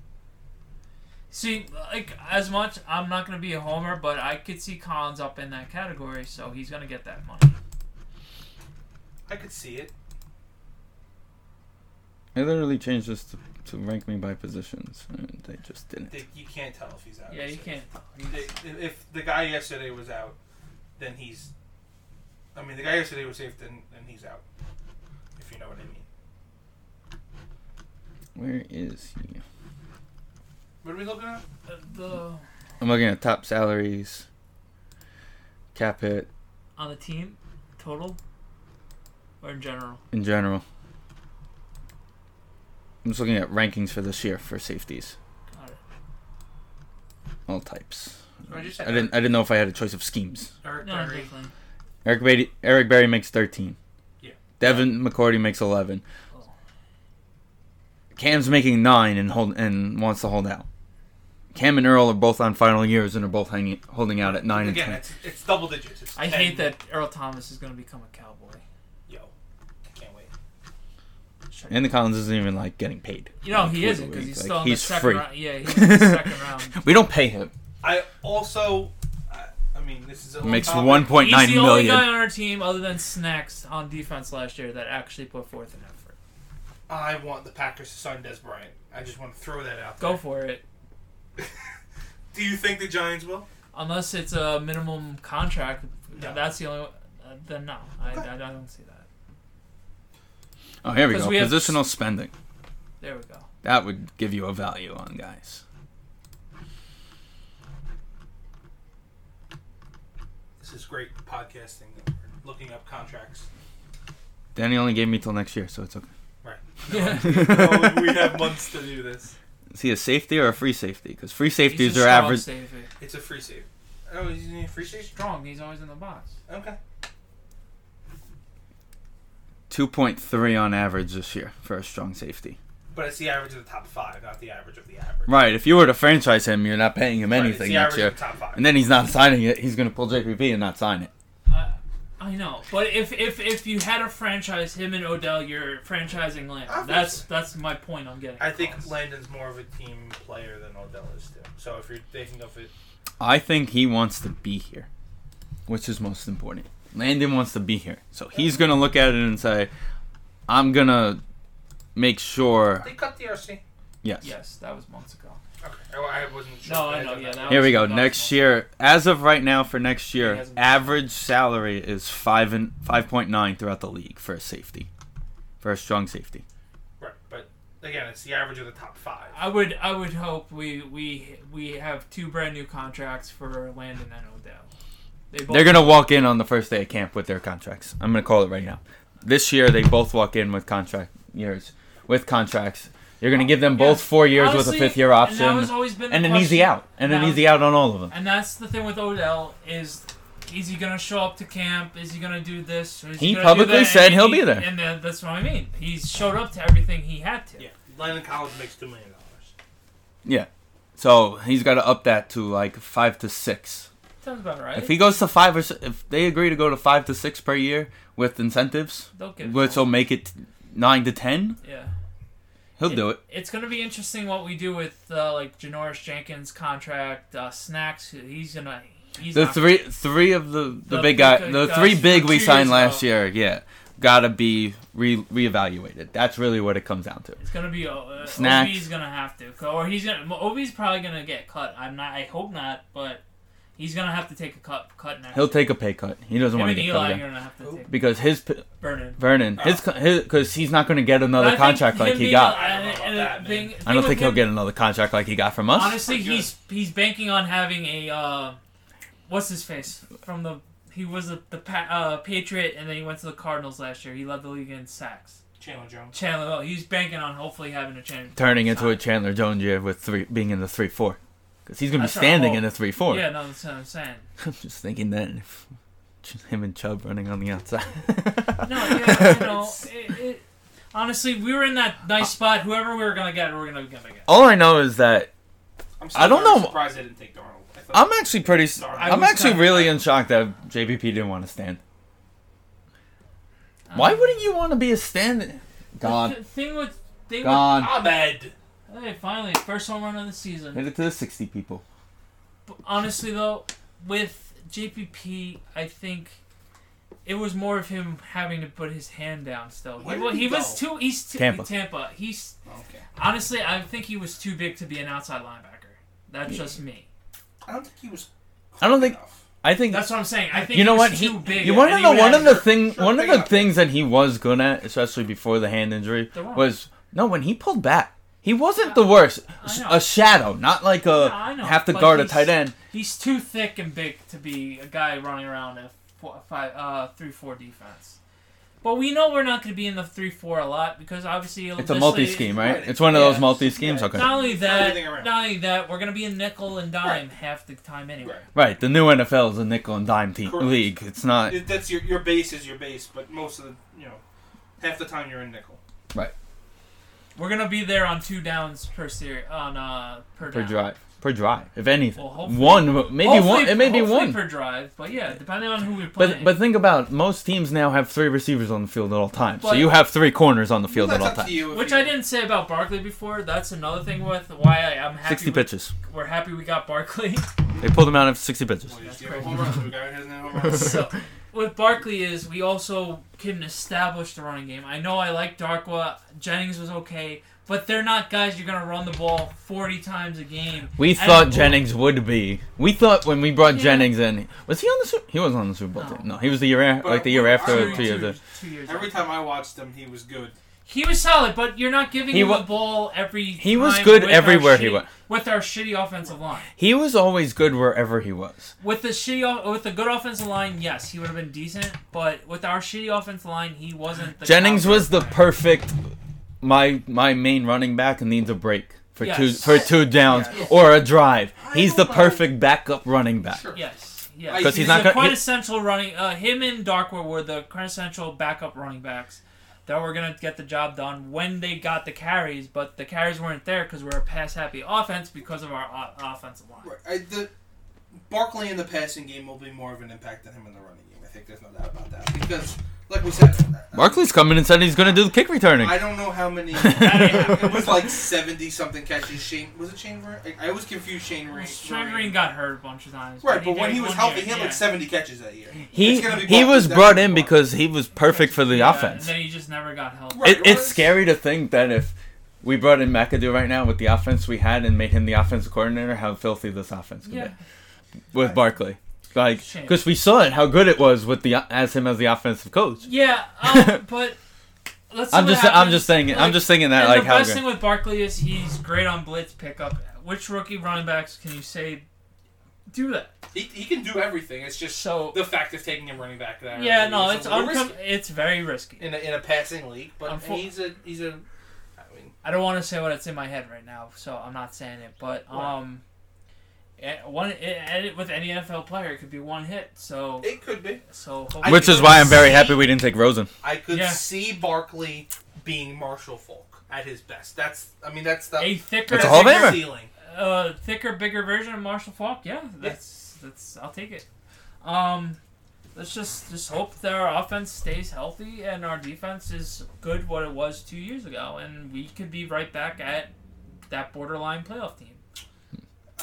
See, like as much, I'm not gonna be a homer, but I could see Collins up in that category, so he's gonna get that money.
I could see it.
i literally changed this to, to rank me by positions and they just didn't
They, you can't tell if he's out.
Yeah,
or
you
safe.
can't.
They- If the guy yesterday was out, then he's. I mean, the guy yesterday was safe, then then he's out. If you know what I mean.
where is he
What are we looking at?
Uh, The
i'm looking at top salaries cap hit
on the team total or in general.
in general i'm just looking at rankings for this year for safeties
Got it.
all types
What'd you say?
I didn't. I didn't know if I had a choice of schemes.
Eric
No,
Berry.
definitely.
Eric Berry. Eric Berry makes thirteen.
Yeah.
Devin McCourty makes eleven. Cam's making nine and hold and wants to hold out. Cam and Earl are both on final years and are both hanging, holding out at nine
Again,
and
it's, it's double digits. It's
I
10.
hate that Earl Thomas is going to become a cowboy.
Yo, I can't wait.
ten. And the Collins isn't even like getting paid.
You know,
Like,
he
with
isn't
the
because
league.
he's
Like,
still in
he's
the second
free.
round. Yeah, he's in the second round.
We don't pay him.
I also, I, I mean, this is a
Makes
topic.
one point
He's
nine
the only guy
million.
on our team other than Snacks on defense last year that actually put forth an effort.
I want the Packers to sign Des Bryant. I just want to throw that out.
Go for it.
Do you think the Giants will?
Unless it's a minimum contract,
No.
that's the only. one- Uh, then no, I, I don't see that.
Oh, here we
'Cause
go.
we have-
Positional spending.
There we go.
That would give you a value on guys.
This is great podcasting. that we're Looking up contracts.
Danny only gave me till next year, so it's okay.
Right.
Yeah.
No, Oh, we have months to do this.
Is he a safety or a free safety? Because free
He's a
safeties are
strong
average.
safety.
It's a free save. Oh, you need a free save?
Strong. He's always in the box.
Okay.
2.3 on average this year for a strong safety.
But it's the average of the top five, not the average of the average.
Right, if you were to franchise him, you're not paying him
Right, it's
anything
the
next
average
year.
of the top five.
And then he's not signing it. He's going to pull JPP and not sign it.
I, I know, but if if if you had a franchise, him and Odell, you're franchising Landon. That's
Obviously.
that's my point. I'm getting.
I think
across.
Landon's more of a team player than Odell is too. So if you're thinking of it,
I think he wants to be here, which is most important. Landon wants to be here. So he's going to look at it and say, I'm going to make sure.
they cut the RC.
Yes.
Yes, that was months ago.
Okay, I, I wasn't sure.
No,
but
I know.
thought
Yeah,
that-
that
Here
was,
we go.
that was
Next
months-
year, as of right now for next year,
hasn't-
average salary is five and five point nine throughout the league for a safety, for a strong safety.
Right, but again, it's the average of the top five.
I would I would hope we we we have two brand new contracts for Landon and Odell. They both
They're gonna walk in on the first day of camp with their contracts. I'm gonna call it right now. This year, they both walk in with contract years, with contracts. You're gonna give them both
Yeah.
four years with
Honestly,
a fifth year
and
option,
that
and,
has always been the
an
question.
easy out, and an
Now-
easy out on all of them.
And that's the thing with Odell is. Is he gonna show up to camp? Is he gonna do this? Is
He
gonna do
publicly
that?
said
And
he'll
he-
be there.
and then that's what I mean. He showed up to everything he had to.
yeah, Landon Collins makes two million dollars.
Yeah. So he's got to up that to like five to six
Sounds about right.
If he goes to five or s- if they agree to go to five to six per year with incentives,
They'll get it.
which will make it nine to ten,
yeah.
he'll do it.
It's going to be interesting what we do with uh, like Janoris Jenkins' contract, uh, snacks. He's gonna. He's
The
not-
three, three of the the,
The
big
big
guy,
guy-
the
guys
three big
from
we
two
signed
years oh.
last
ago.
year, yeah, gotta be re reevaluated. That's really what it comes down to.
It's gonna be uh,
Snacks.
Obi's gonna have to, or he's gonna. Obi's probably gonna get cut. I'm not. I hope not, but he's gonna have to take a cut. Cut next.
He'll take a pay cut. He doesn't
Him
want to
and
get
Eli
cut
are
again.
gonna have to take
because his p-
Vernon.
Vernon, his co- his because he's not going to get
But I
another
think
contract
him
like he
being
got.
a-
I,
don't know about
and
that,
the
man.
thing-
don't
thing
think
with
he'll
him-
get another contract like he got from us.
Honestly,
Pretty
he's he's banking on having a uh, what's his face from the he was a, the pa- uh, Patriot and then he went to the Cardinals last year. He led the league in sacks.
Chandler Jones.
Chandler, Hill, he's banking on hopefully having a chance.
Turning into a Chandler Jones year with three being in the three four, because he's going to be
That's our
standing
whole-
in the three four.
Yeah, no, that's what I'm saying.
I'm just thinking that if just him and Chubb running on the outside.
No, yeah, you know, it, it, honestly, we were in that nice spot. Whoever we were gonna get, we were gonna gonna get.
All I know is that
I'm
I don't
very
know.
Surprised they didn't take Darnold. I thought-
I'm actually pretty.
Sorry.
I'm
I was
actually
kinda-
really in shock that JPP didn't want to stand.
Uh,
Why wouldn't you want to be a stand?
The
Gone,
th- thing with thing
gone.
Ahmed.
with hey, finally first home run of the season.
Made it to the sixty people.
But honestly, though, with JPP, I think it was more of him having to put his hand down. Still,
Where
he,
did
wa-
he
he was
go?
too. He's too,
Tampa.
Tampa. He's
Okay.
honestly, I think he was too big to be an outside linebacker. That's just me.
I don't think he was.
I don't think.
enough.
I think.
That's what I'm saying. I think
you know
he
what?
was
He,
too big.
you want
and
to
he
know
would
one
have-
of the thing.
sure,
one of
big
the
enough.
things that he was good at, especially before the hand injury,
The run.
was no when he pulled back. He wasn't the worst. S-
know.
A shadow, not like a
Yeah, I know,
have to
but
guard a
he's-
tight end.
He's too thick and big to be a guy running around a four, five, uh, three, four defense. But we know we're not going to be in the three four a lot because obviously
It's a multi scheme, right? It's one of
Yeah.
those multi schemes.
Yeah.
Okay.
Not only that,
everything around.
not only that, we're going to be in nickel and dime half the time anyway.
Right.
Right. The new NFL is a nickel and dime team
Correct.
league. It's not.
It- That's your your base is your base, but most of the you know half the time you're in nickel.
Right.
We're going to be there on two downs per series on uh per,
Per
down.
drive. Per drive. If anything,
Well, hopefully-
one. Maybe one.
Hopefully-
It may be
hopefully
one.
per drive, but yeah, depending on who we play.
But but think about most teams now have three receivers on the field at all times. so
But-
you have three corners on the field
That's
at all
up to
times.
you. if
which
you-
I didn't say about Barkley before. That's another thing with why I, I'm happy.
Sixty
we,
pitches.
We're happy we got Barkley.
They pulled him out of sixty pitches.
Just give a home run to a guy who hasn't had a home run.
so with Barkley is we also can establish the running game. I know I like Darkwa, Jennings was okay, but they're not guys you're gonna run the ball forty times a game.
We
And-
thought Jennings would be. We thought when we brought
Yeah.
Jennings in, was he on the? Super, he was on the Super Bowl
No.
team. No, he was the year after, like the year
But-
after,
Two-
two years. after.
two years
Every
ago.
time I watched him, he was good.
He was solid, but you're not giving
He
him
wa-
the ball every.
He was
time
good
with our
everywhere he
shitty-
went.
With our shitty offensive line,
He was always good wherever he was.
with the shitty, o- with the good offensive line, yes, he would have been decent. But with our shitty offensive line, he wasn't. The
Jennings
top
was the
guy.
perfect my my main running back and needs a break for two
Yes.
for two downs or a drive. He's the perfect backup running back.
Yes. Yes.
'Cause he's not
the
gonna- he-
quintessential running. Uh, him and Darkwood were the quintessential backup running backs that were gonna get the job done when they got the carries, but the carries weren't there because we're a pass happy offense because of our o- offensive line.
Right. I, the, Barkley in the passing game will be more of an impact than him in the running game. I think there's no doubt about that. Because, like we said,
Barkley's coming and said he's going to do the kick returning.
I don't know how many. it was like 70 something catches. Shane Was it Shane Vereen? I, I always confuse Shane Vereen.
Sean Green got hurt a bunch of times.
Right, but when he
did
was
one
healthy,
year,
he had
yeah.
like 70 catches that year.
he
It's gonna be
he
Barkley.
was
That's
brought
gonna
in
be Barkley.
because he was perfect for the
Yeah,
offense.
And then he just never got healthy.
Right.
It, it's
Or-
scary to think that if we brought in McAdoo right now with the offense we had and made him the offensive coordinator, how filthy this offense could
Yeah.
be with Barkley. Like,
Shame.
because we saw it, how good it was with the as him as the offensive coach.
Yeah, um, but let's. See
I'm
what
just,
happens.
I'm just saying, I'm
Like,
just thinking that,
and
like
the
how
best
good.
thing with Barkley is he's great on blitz pickup. Which rookie running backs can you say do that?
He, he can do everything. It's just
So
the fact of taking him running back. That
yeah,
early
no,
is
it's
a little risky
uncom- it's very risky.
in a, in a passing league, but
Unfor-
he's a he's a. I mean,
I don't want to say what it's in my head right now, so I'm not saying it. But um, eh, one eh, eh, with any NFL player, it could be one hit. So
it could be.
so hopefully-
Which is why I'm very happy we didn't take Rosen.
I could
Yeah.
see Barkley being Marshall Falk at his best. That's I mean that's the
a thicker,
It's a Hall of
bigger
Famer.
ceiling.
uh, thicker, bigger version of Marshall Falk. Yeah, that's that's I'll take it. Um, let's just just hope that our offense stays healthy and our defense is good what it was two years ago, and we could be right back at that borderline playoff team.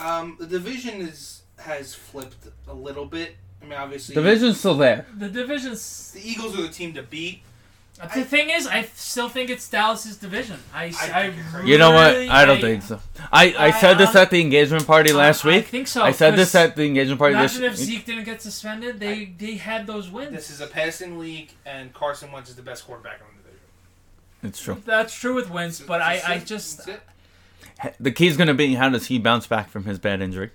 Um, the division is has flipped a little bit. I mean, obviously,
Division's still there.
The division's
The Eagles are the team to beat.
The thing is, I still think it's Dallas's division. I, I,
think it's-
really,
You know what? I don't think so. I, I
I-
said this
I-
at the engagement party last
I- I
week.
think so,
I said this
'cause
at the engagement party this
Imagine if Zeke didn't get suspended. They they had those wins.
This is a passing league, and Carson Wentz is the best quarterback in the division.
It's true.
That's true with wins, but I, I just
That's it.
The key's going to be how does he bounce back from his bad injury?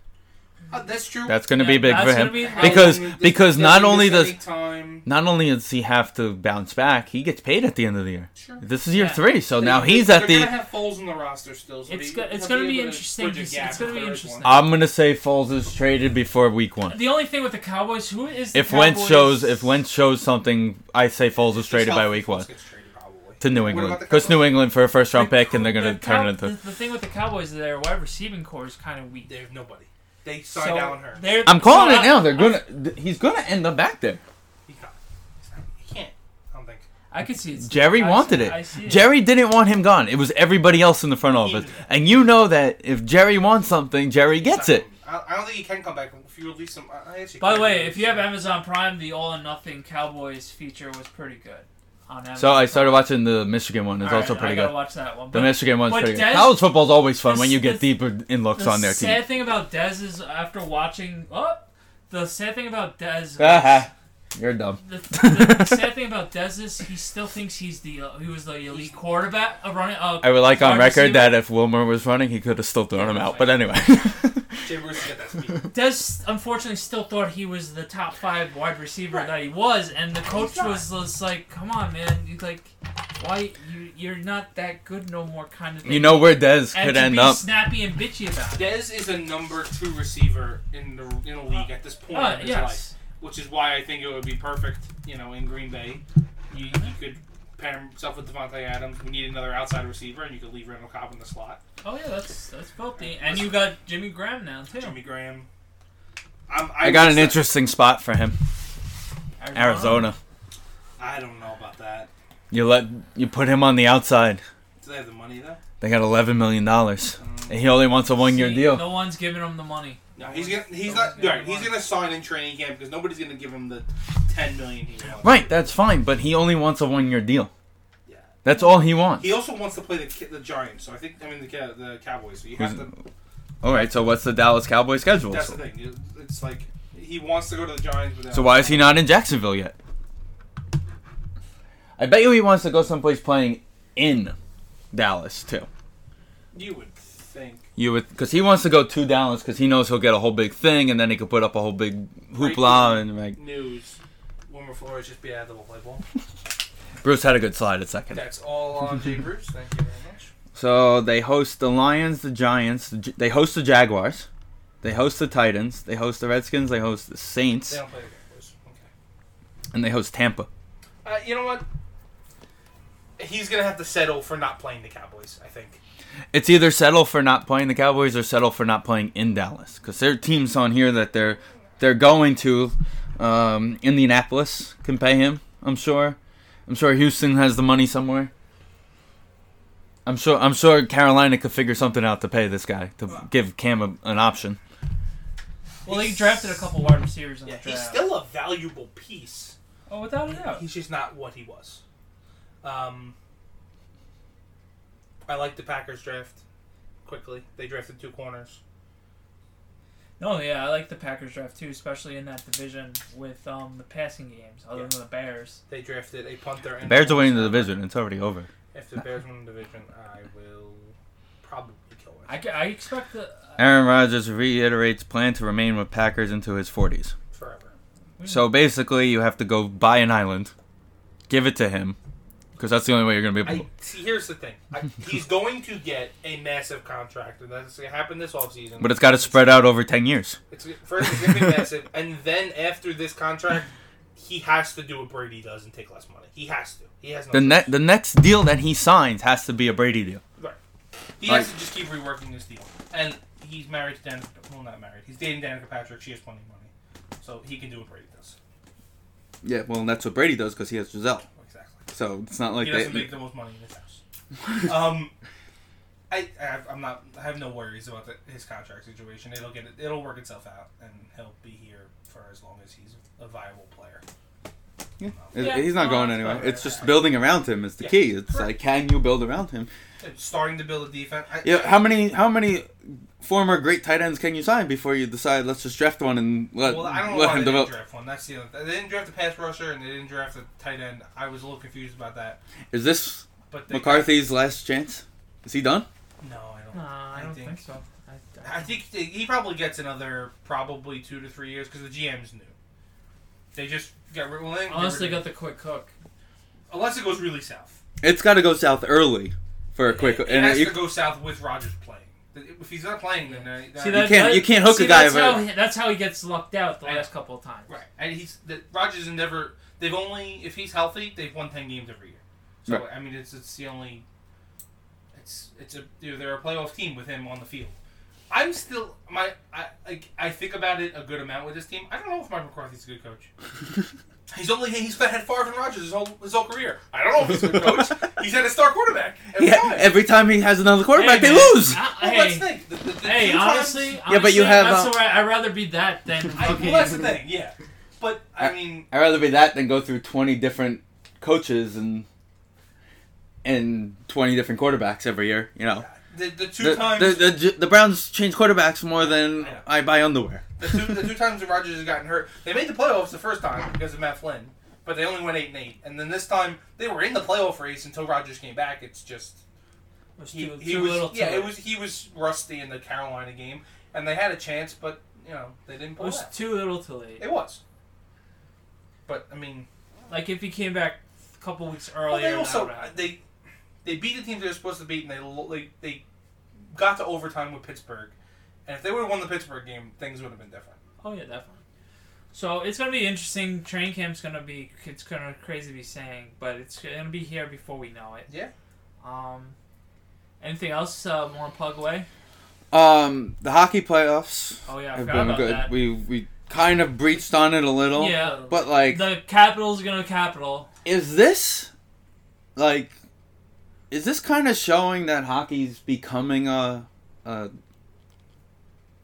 Uh, that's true.
That's going to
Yeah,
be big
that's
for
gonna
him
be-
because
Doesn't-
because
doesn't
not
miss
only does
any time.
not only does he have to bounce back, he gets paid at the end of the year.
Sure.
This is year
Yeah.
three, so now
They-
he's
they're
at the.
gonna have Foles in the roster still. So
It's
they-
go- it's
they'll
gonna be
able to
interesting
bridge
to
a
see-
gap
it's gonna
if
be
there is
interesting.
one.
I'm going to say Foles is traded before week one.
the only thing with the Cowboys who is the
If Wentz
Cowboys-
shows if Wentz shows something, I say Foles is traded by
Healthy
week
Foles
one
gets traded probably.
to New
What
England
about the
because
Cowboys?
New England for a first round pick and they're going
the
to turn
Cow-
it into.
the, the thing with the Cowboys is their wide receiving core is kind of weak.
They have nobody. They
So
signed Alan Hearns.
they're-
I'm calling
so
it
I-
now. They're gonna. th- He's gonna end up back there.
He can't. He's not- He can't. I don't think.
I could see it.
Jerry
I
wanted
see-
it.
I see
Jerry didn't want him gone. It was everybody else in the front office. And you know that if Jerry wants something, Jerry gets it.
I, I don't think he can come back if you release him. I, I actually
By the
can't
way,
release
if you have
him.
Amazon Prime, the All or Nothing Cowboys feature was pretty good on Amazon.
So I started watching the Michigan one. It's
All
also
right,
pretty
I gotta
good.
watch that one.
The
but-
Michigan one's
but
pretty
Dez-
good. College football's always fun when
the-
you get
the-
deeper in looks
the
on their team.
sad thing about Dez is after watching. Oh, the sad thing about Dez.
Haha. You're dumb.
The, the sad thing about Dez is he still thinks he's the he was the elite quarterback. Uh, running. Uh,
I would like on
wide
record
receiver.
that if Wilmer was running, he could have still thrown him out. But anyway,
Jay Bruce got that speed.
Des unfortunately still thought he was the top five wide receiver that he was, and the coach was just like, "Come on, man, you like, why you you're not that good no more?" Kind of thing.
You know where Dez
and
could
to
end
be
up.
snappy and bitchy about. it.
Dez is a number two receiver in the in the league at this point
Uh,
in his
yes.
life, which is why I think it would be perfect. You know, in Green Bay, you, you could pair himself with Devontae Adams. We need another outside receiver, and you could leave Randall Cobb in the slot.
Oh yeah, that's that's filthy. And you got Jimmy Graham now too.
Jimmy Graham. I'm,
I got an
was-
interesting spot for him. Arizona.
I don't know about that.
You let you put him on the outside.
Do they have the money though?
They got eleven million dollars, and he only wants a one-year
See,
deal.
No one's giving him the money.
No, he's gonna. He's
Someone's
not.
gonna
Right, he's
want it.
gonna sign in training camp because nobody's gonna give him the ten million he wants.
Right, that's fine, but he only wants a one-year deal.
Yeah.
That's all he wants.
He also wants to play the Ki- the Giants, so I think I mean the Ca- the Cowboys. So you have to.
All right, so what's the Dallas Cowboys schedule?
That's the thing. It- It's like he wants to go to the Giants, but uh, then
So why is he not in Jacksonville yet? I bet you he wants to go someplace playing in Dallas too.
You would think.
You would, because he wants to go to Dallas because he knows he'll get a whole big thing, and then he could put up a whole big hoopla. And like
News. Wilmer Flores just beat out the play ball.
Bruce had a good slide at second.
That's all on Jay Bruce. Thank you very much.
So they host the Lions, the Giants, the, J- they host the Jaguars, they host the Titans, they host the Redskins, they host the
They
Saints,
don't play the Cowboys. Okay.
and they host Tampa.
Uh, you know what? He's gonna have to settle for not playing the Cowboys. I think.
It's either settle for not playing the Cowboys or settle for not playing in Dallas because there are teams on here that they're they're going to. Um, Indianapolis can pay him, I'm sure. I'm sure Houston has the money somewhere. I'm sure. I'm sure Carolina could figure something out to pay this guy to give Cam a, an option.
Well, they drafted a couple wide receivers in
Yeah,
the draft.
he's still a valuable piece.
oh, without a doubt.
He's just not what he was. Um, I like the Packers draft. Quickly, they drafted two corners.
No, yeah, I like the Packers draft too, especially in that division with um, the passing games, other
Yeah.
than the Bears.
They drafted a punter.
The
And
Bears
a
are winning the
cornerback.
division. It's already over.
If the Bears win the division, I will probably kill it.
I, ca- I expect the.
Aaron Rodgers reiterates plan to remain with Packers into his 40s.
forever.
So basically, you have to go buy an island, give it to him, because that's the only way you're going to be able
I
to.
see. Here's the thing: I, he's going to get a massive contract, and that's going to happen this offseason.
But it's got to spread out over 10 years.
It's, first, it's going to be massive, and then after this contract, he has to do what Brady does and take less money. He has to. He has no
The,
choice.
ne- the next deal that he signs has to be a Brady deal.
Right. He has to just keep reworking this deal. And he's married to Danica. Well, not married. He's dating Danica Patrick. She has plenty of money. So he can do what Brady does.
Yeah, well, and that's what Brady does because he has Giselle.
Exactly.
So it's not like
He doesn't
they.
make the most money in his house. um, I, I have, I'm not. I have no worries about the, his contract situation. It'll get. It'll work itself out, and he'll be here for as long as he's a viable player.
Yeah,
He's not
no,
Oh,
going
it's
anywhere.
fine.
It's just building around him is the
Yeah.
key. It's
Correct.
like, can you build around him?
It's starting to build a defense. I,
Yeah, how many how many former great tight ends can you sign before you decide let's just draft one and let,
Well, I don't know
let
why
him
they didn't
develop?
draft one. That's the other. They didn't draft a pass rusher, and they didn't draft a tight end. I was a little confused about that.
Is this
But they
McCarthy's last chance? Is he done?
No, I don't.
Uh, I
I
don't
think-
think, so. I, I,
I think th- he probably gets another probably two to three years because the GM's new. They just got rid. Well, they didn't get
unless they
rid of
got the quick cook.
him. unless it goes really south.
It's got to go south early for a quick.
it, it
and
has
you-
to go south with Rogers playing. If he's not playing, then uh, I,
See,
I-
that,
can't-
that-
you can't hook a
see,
guy
That's
if-
how, he- that's how he gets lucked out the
I-
last couple of times.
right. And he's the, Rogers has never. They've only if he's healthy, they've won ten games every year. So
Right.
I mean, it's it's the only. It's it's a you know, they're a playoff team with him on the field. I'm still my I like I think about it a good amount with this team. I don't know if Mike McCarthy's a good coach. He's only he's had Favre and Rogers his whole his whole career. I don't know if he's a good coach. He's had a star quarterback. Every
Yeah,
time.
every time he has another quarterback,
Hey,
they
man,
lose.
I-
Well,
hey,
let's think. The- the- the
hey,
two times-
honestly,
Yeah, but you
honestly,
have,
That's
uh,
all right. I'd rather be that than.
I, well,
fucking-
that's the thing. Yeah, but I mean,
I'd rather be that than go through twenty different coaches and and twenty different quarterbacks every year. You know,
the, the two
the,
times
the, the, J- the Browns change quarterbacks more than
Yeah.
I buy underwear.
The two, the two times that Rogers has gotten hurt, they made the playoffs the first time because of Matt Flynn, but they only went eight and eight. And then this time, they were in the playoff race until Rogers came back. It's just
It was
he,
too,
he
too
was
little.
yeah,
too
it
late.
was he was rusty in the Carolina game, and they had a chance, but you know they didn't
It
pull it.
was too little too late.
It was. But I mean,
Like if he came back a couple weeks
well,
earlier,
they
that
also
would've happened.
they they beat the teams they were supposed to beat, and they lo- they, they got to overtime with Pittsburgh. And if they would have won the Pittsburgh game, things would have been different.
oh yeah, definitely. So it's gonna be interesting. Train camp's gonna be it's gonna crazy to be saying, but it's gonna be here before we know it.
Yeah.
Um, anything else? Uh, more plug away.
Um, the hockey playoffs.
Oh, yeah, I
have
forgot
been
about
good.
that.
We we kind of breached on it a little.
Yeah.
But like,
The Capitals are gonna capital.
is this like is this kind of showing that hockey's becoming a a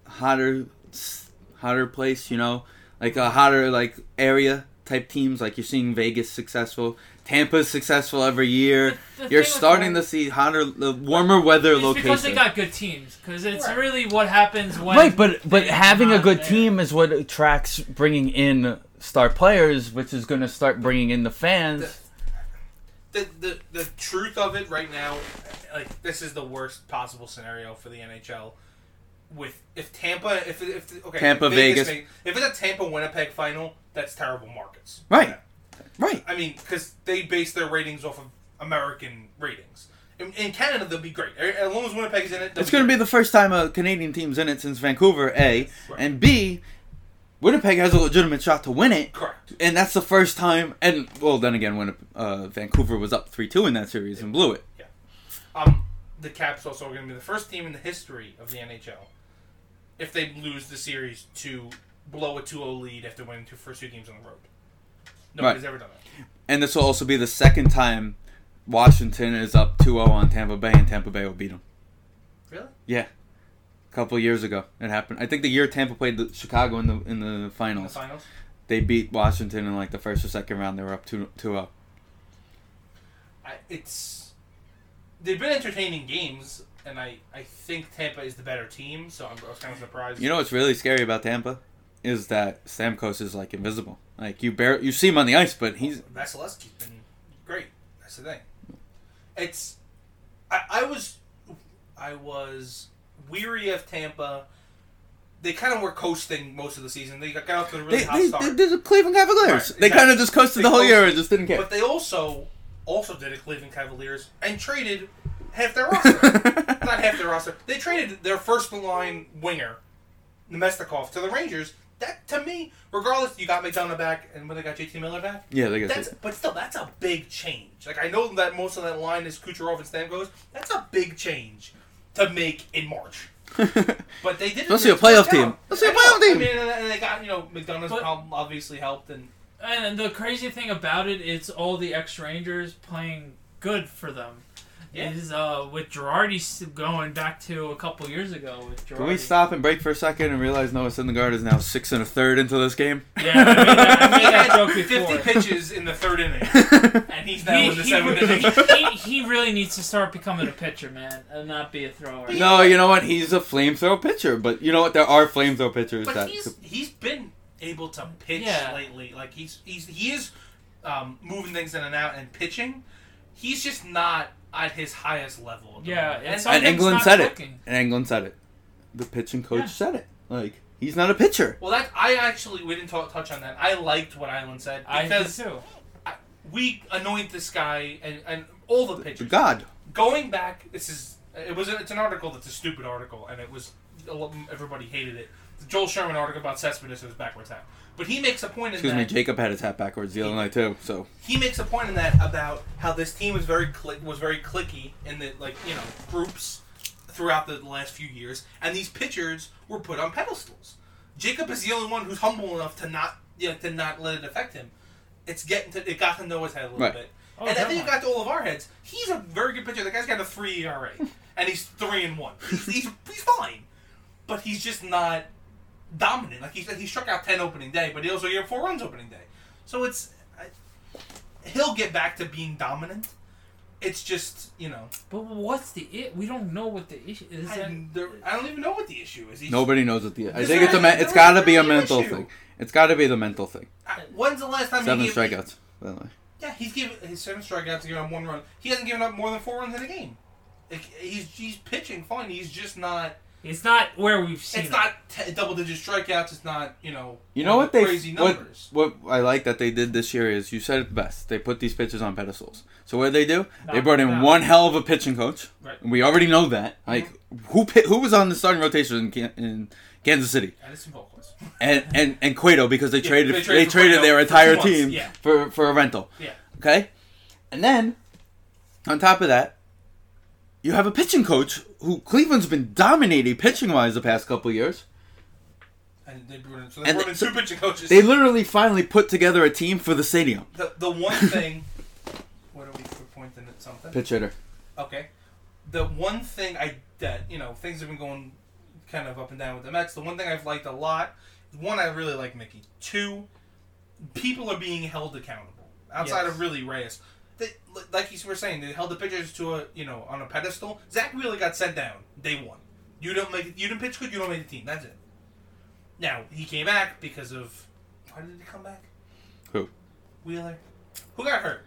hotter s- hotter place you know like a hotter like area type teams like you're seeing vegas successful tampa's successful every year
The- the
you're
thing with
starting
Tor-
to see hotter the warmer weather
It's because they
locations
got good teams. Because it's really what happens when.
Right, but but
they're
having a
not
good
there.
team is what attracts bringing in star players, which is going to start bringing in the fans.
The, the the truth of it right now, like this is the worst possible scenario for the NHL. With if Tampa, if if okay,
Tampa,
if
Vegas.
make- if it's a Tampa Winnipeg final, that's terrible markets.
right right
I mean, because they base their ratings off of American ratings. In, in Canada, they'll be great. As long as Winnipeg is in it, they'll
It's going to be
great.
the first time a Canadian team's in it since Vancouver, A. And B, Winnipeg has a legitimate shot to win it.
Correct.
And that's the first time. And, well, then again, when uh, Vancouver was up 3 2 in that series and blew it.
Um, the Caps also are going to be the first team in the history of the NHL if they lose the series to blow a 2-0 lead after winning two first two games on the road. Nobody's
Right.
ever done that.
And this will also be the second time Washington is up 2 0 on Tampa Bay and Tampa Bay will beat them.
Really?
Yeah. A couple years ago, it happened. I think the year Tampa played the Chicago in the in the
The
finals,
finals.
they beat Washington in like the first or second round. They were up oh. 2 0.
I, it's they've been entertaining games, and I I think Tampa is the better team, so I'm, I was kind of surprised.
You know what's really scary about Tampa is that Stamkos is like invisible. Like you bar- you see him on the ice, but he's
Vasilevsky's been great. That's the thing. It's I, I was I was weary of Tampa. They kind of were coasting most of the season. They got off to a really
they,
hot
they,
start,
they did the Cleveland Cavaliers.
Right,
They kind
exactly.
of just coasted
They
the whole year
coasted.
and just didn't care.
but they also also did it Cleveland Cavaliers and traded half their roster. Not half their roster. They traded their first line winger, Nemestikov, to the Rangers. That to me, regardless, you got McDonough back, and when they got JT Miller back,
yeah, they got
That's
it.
but still, that's a big change. Like I know that most of that line is Kucherov and Stamkos. That's a big change to make in March. But they did.
Let's see a playoff team. Let's see a playoff team.
I mean, and- and they got you know McDonough's
But-
problem obviously helped, and
And the crazy thing about it is all the ex Rangers playing good for them.
Yeah.
Is uh with Girardi s- going back to a couple years ago with Girardi.
Can we stop and break for a second and realize Noah Syndergaard is now six and a third into this game?
Yeah, I made that, I made
he
that
had
joke
fifty
before.
pitches in the third inning, and he's now in the seventh
He,
inning.
he, he, he really needs to start becoming a pitcher, man, and not be a thrower.
No, you know what? He's a flamethrower pitcher, but you know what? There are flamethrower pitchers
But
that
he's he's been able to pitch
Yeah.
lately. Like he's he's he is um, moving things in and out and pitching. He's just not at his highest level. at the
Yeah,
moment.
and
And-
some-
and
something's
England
not
said it.
clicking.
And England said it. The pitching coach
Yeah.
said it. Like he's not a pitcher.
Well, that I actually we didn't talk, touch on that. I liked what Island said
I do
because
too.
we anoint this guy and, and all the pitchers.
God.
Going back, this is it was it's an article that's a stupid article, and it was everybody hated it. The Joel Sherman article about Cespedes was backwards hat, but he makes a point in
Excuse
that.
me, Jacob had his hat backwards the other night too. So
he makes a point in that about how this team was very click was very clicky in the like you know groups throughout the last few years, and these pitchers were put on pedestals. Jacob is the only one who's humble enough to not you know, to not let it affect him. It's getting to it got to know his head a little
Right.
bit,
Oh,
and I think it
definitely.
got to all of our heads. He's a very good pitcher. The guy's got a three ERA, and he's three and one. He's, he's, he's fine, but he's just not dominant. Like he he struck out ten opening day, but he also gave up four runs opening day. So it's I- he'll get back to being dominant. It's just you know
But what's the it? We don't know what the issue is.
I,
That,
there, I don't even know what the issue is. He's,
nobody knows what the. I
Is
think
there
it's a.
any-
Me- it's
there
got to
is
be a
really an
mental
issue.
thing. It's got to be the mental thing.
I- when's the last time
Seven
he gave-
strikeouts, by the way.
Yeah, he's given his seven strikeouts to give him one run. He hasn't given up more than four runs in a game. Like, he's he's pitching fine. He's just not.
It's not where we've seen.
It's
it.
not t- double digit strikeouts. It's not you know.
You know what they
crazy
what-
numbers.
What, I like that they did this year is you said it best. They put these pitchers on pedestals. So what did they do? They brought in
That-
one hell of a pitching coach.
Right.
We already know that. Like who pi- who was on the starting rotation in, Can- in Kansas City
Anderson Volquez.
and and and Cueto because they traded
they
they
traded
traded,
for Cueto
their
for
entire
two months,
team
yeah.
for for a rental.
Yeah.
Okay, and then on top of that, you have a pitching coach who Cleveland's been dominating pitching wise the past couple years.
And they brought in, so they
And
brought
they-
in
so
two pitching coaches.
They literally finally put together a team for the stadium.
the, the one thing. what are we we're pointing at something?
Pitch hitter.
Okay. The one thing I that you know things have been going kind of up and down with the Mets. The one thing I've liked a lot is one I really like Mickey. Two, people are being held accountable outside
Yes.
of really Reyes. They, like you were saying, they held the pitchers to a you know on a pedestal. Zach Wheeler got sent down day one. You don't make you didn't pitch good. You don't make the team. That's it. Now he came back because of why did he come back?
Who?
Wheeler, who got hurt?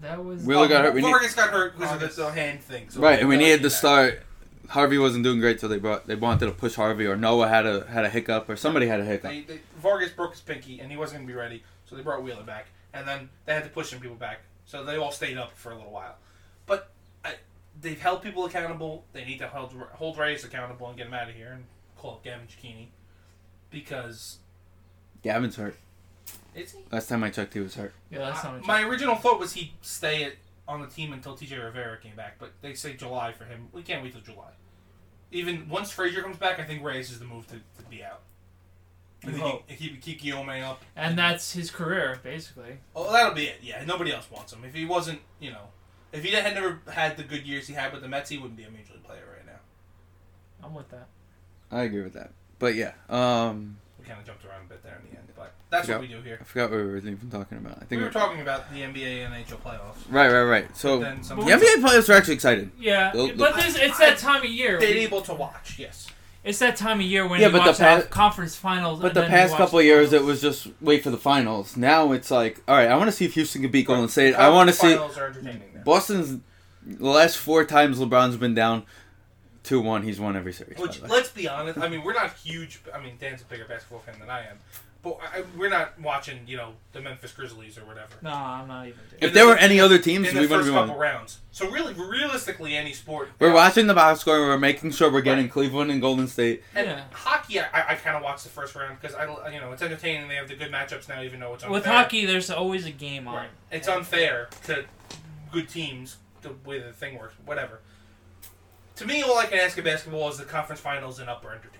That was.
Wheeler
Oh,
got hurt. We need,
Vargas got hurt because of the, the hand thing. So
right, and we needed to
start.
start. Harvey wasn't doing great, so they brought they wanted to push Harvey or Noah had a had a hiccup or somebody had a hiccup.
They, they, Vargas broke his pinky, and he wasn't going to be ready, so they brought Wheeler back, and then they had to push some people back, so they all stayed up for a little while. But I, they've held people accountable. They need to hold hold Reyes accountable and get him out of here and call up Gavin Chikini because
Gavin's hurt.
it's he.
Last time I checked, he was hurt.
Yeah, that's not what
My original thought was he'd stay at, on the team until TJ Rivera came back, but they say July for him. We can't wait till July. Even once Frazier comes back, I think Reyes is the move to, to be out. I think you- keep keep Guillaume up.
And that's his career, basically.
Oh, that'll be it. Yeah, nobody else wants him. If he wasn't, you know, if he had never had the good years he had with the Mets, he wouldn't be a major league player right now.
I'm with that.
I agree with that. But yeah, um,
We kind of jumped around a bit there in the end, but that's what we do here.
I forgot what we were even talking about. I think
We were talking about the NBA and NHL playoffs.
Right, right, right. So
Then
the
some
NBA players are actually excited.
Yeah,
Well,
but
the-
this, it's that time of year.
They're able to watch. Yes.
It's that time of year when
Yeah,
you
but
watch
the
the
pa-
conference finals.
But
and
the
then you
past
watch
couple
the
years, it
finals.
was just wait for the finals. Now it's like, all right, I want to see if Houston can beat Golden State. I
Conference
want to see
Finals are entertaining. Now.
Boston's the last four times LeBron's been down two one. He's won every series. by
Which,
the way.
let's be honest, I mean, we're not huge. I mean, Dan's a bigger basketball fan than I am, but I, we're not watching, you know, the Memphis Grizzlies or whatever.
No, I'm not even. Doing
if there were any other
In
teams,
the
we wouldn't
first
be
couple
on.
rounds. So really, realistically, any sport.
We're watching the box score. We're making sure we're getting Cleveland and Golden State.
And
Yeah.
hockey, I, I kind of watch the first round because I, you know, it's entertaining. They have the good matchups now, even though it's
it.
unfair.
With hockey, there's always a game on.
Right. it's unfair to good teams the way the thing works. Whatever. To me, all I can ask of basketball is the conference finals and up are entertaining,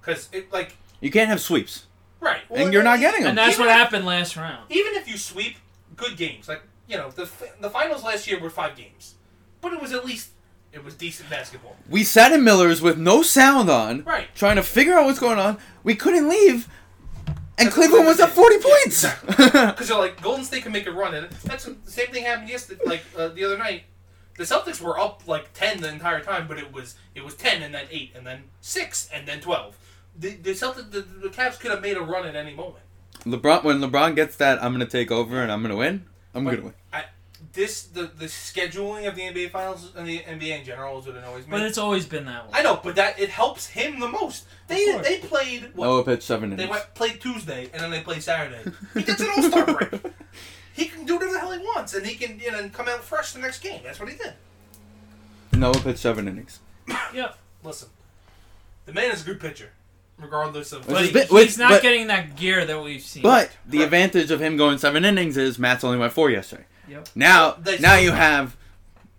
because it like
You can't have sweeps,
right, well,
and you're not getting
And
them.
that's what
Even-
happened last round.
Even if you sweep good games, like you know, the fi- the finals last year were five games, but it was at least it was decent basketball.
We sat in Miller's with no sound on,
Right.
trying to figure out what's going on. We couldn't leave, and
That's
Cleveland was
what
at
it
forty
is.
points.
Yeah, Because you're like Golden State can make a run, and that's the same thing happened yesterday, like uh, the other night. The Celtics were up like ten the entire time, but it was it was ten and then eight and then six and then twelve. The the Celtics the, the Cavs could have made a run at any moment.
LeBron, when LeBron gets that, I'm gonna take over and I'm gonna win. I'm
But
gonna win.
I, this the the scheduling of the NBA finals and the NBA in general is what annoys me.
But it's always been that way.
I know, but that it helps him the most. They
Of course.
they played what,
Noah pitched seven
They
innings.
went played Tuesday and then they played Saturday. He gets an All Star break. He can do whatever the hell he wants, and he can you know come out fresh the next game. That's what he did.
Noah pitched seven innings.
Yep.
Listen, the man is a good pitcher, regardless of.
Which
But
is
he-
bit-
he's
which-
not
but-
getting that gear that we've seen.
But the
Right.
advantage of him going seven innings is Matt's only went four yesterday.
Yep.
Now,
They-
now you have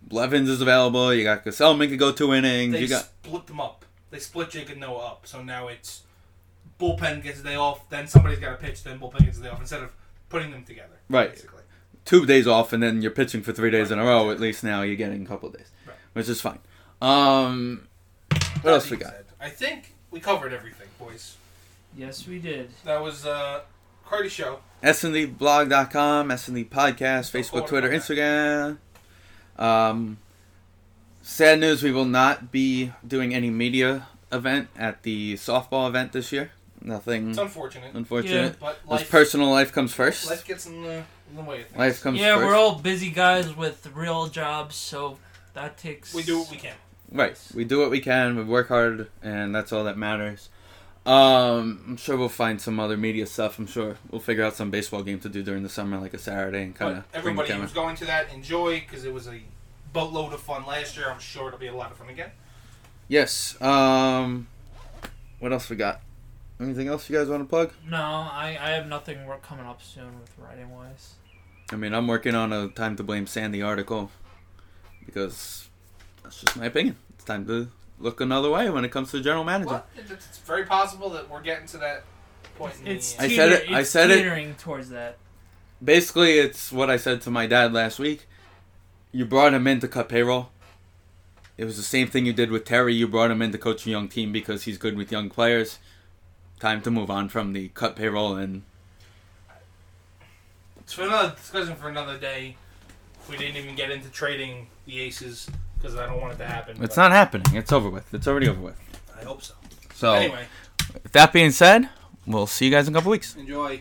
Blevins is available. You got Gesellman could go two innings.
they
you got
split them up. They split Jake and Noah up, so now it's bullpen gets a day off, then somebody's got to pitch, then bullpen gets a day off instead of putting them together.
Right.
Basically.
two days off, and then you're pitching for three days in a row. At least now you're getting a couple days,
Right.
which is fine. Um, what else
That
we
being
got?
said, I think we covered everything, boys.
Yes, we did.
That was uh, Cardi show.
E SNDblog.com, SND E Podcast,
Go
Facebook,
on
Twitter,
about
Instagram. Um, sad news: we will not be doing any media event at the softball event this year. Nothing,
It's unfortunate,
Mm. unfortunate.
but
This
life
personal life comes first.
life gets in the, in the way of things.
Life comes
Yeah,
first.
we're all busy guys with real jobs, so that takes.
We do what we can.
Right. We do what we can. We work hard, and that's all that matters. Um, I'm sure we'll find some other media stuff. I'm sure we'll figure out some baseball game to do during the summer, like a Saturday, and kind
But
of bring the
everybody
camera.
who's going to that, enjoy because it was a boatload of fun last year. I'm sure it'll be a lot of fun again.
Yes. Um, what else we got? Anything else you guys want to plug?
No, I, I have nothing work coming up soon with writing wise.
I mean, I'm working on a time to blame Sandy article because that's just my opinion. It's time to look another way when it comes to general manager.
Well, it- it's very possible that we're getting to that point. in
It's
the,
I
teeter-
said it- I
it's
said it.
teetering towards that.
basically it's what I said to my dad last week. You brought him in to cut payroll. It was the same thing you did with Terry. You brought him in to coach a young team because he's good with young players. Time to move on from the cut payroll and
it's for another discussion for another day. We didn't even get into trading the aces because I don't want it to happen.
it's
but
not happening. It's over with. It's already over with.
I hope so.
So,
Anyway,
with that being said, we'll see you guys in a couple weeks.
enjoy.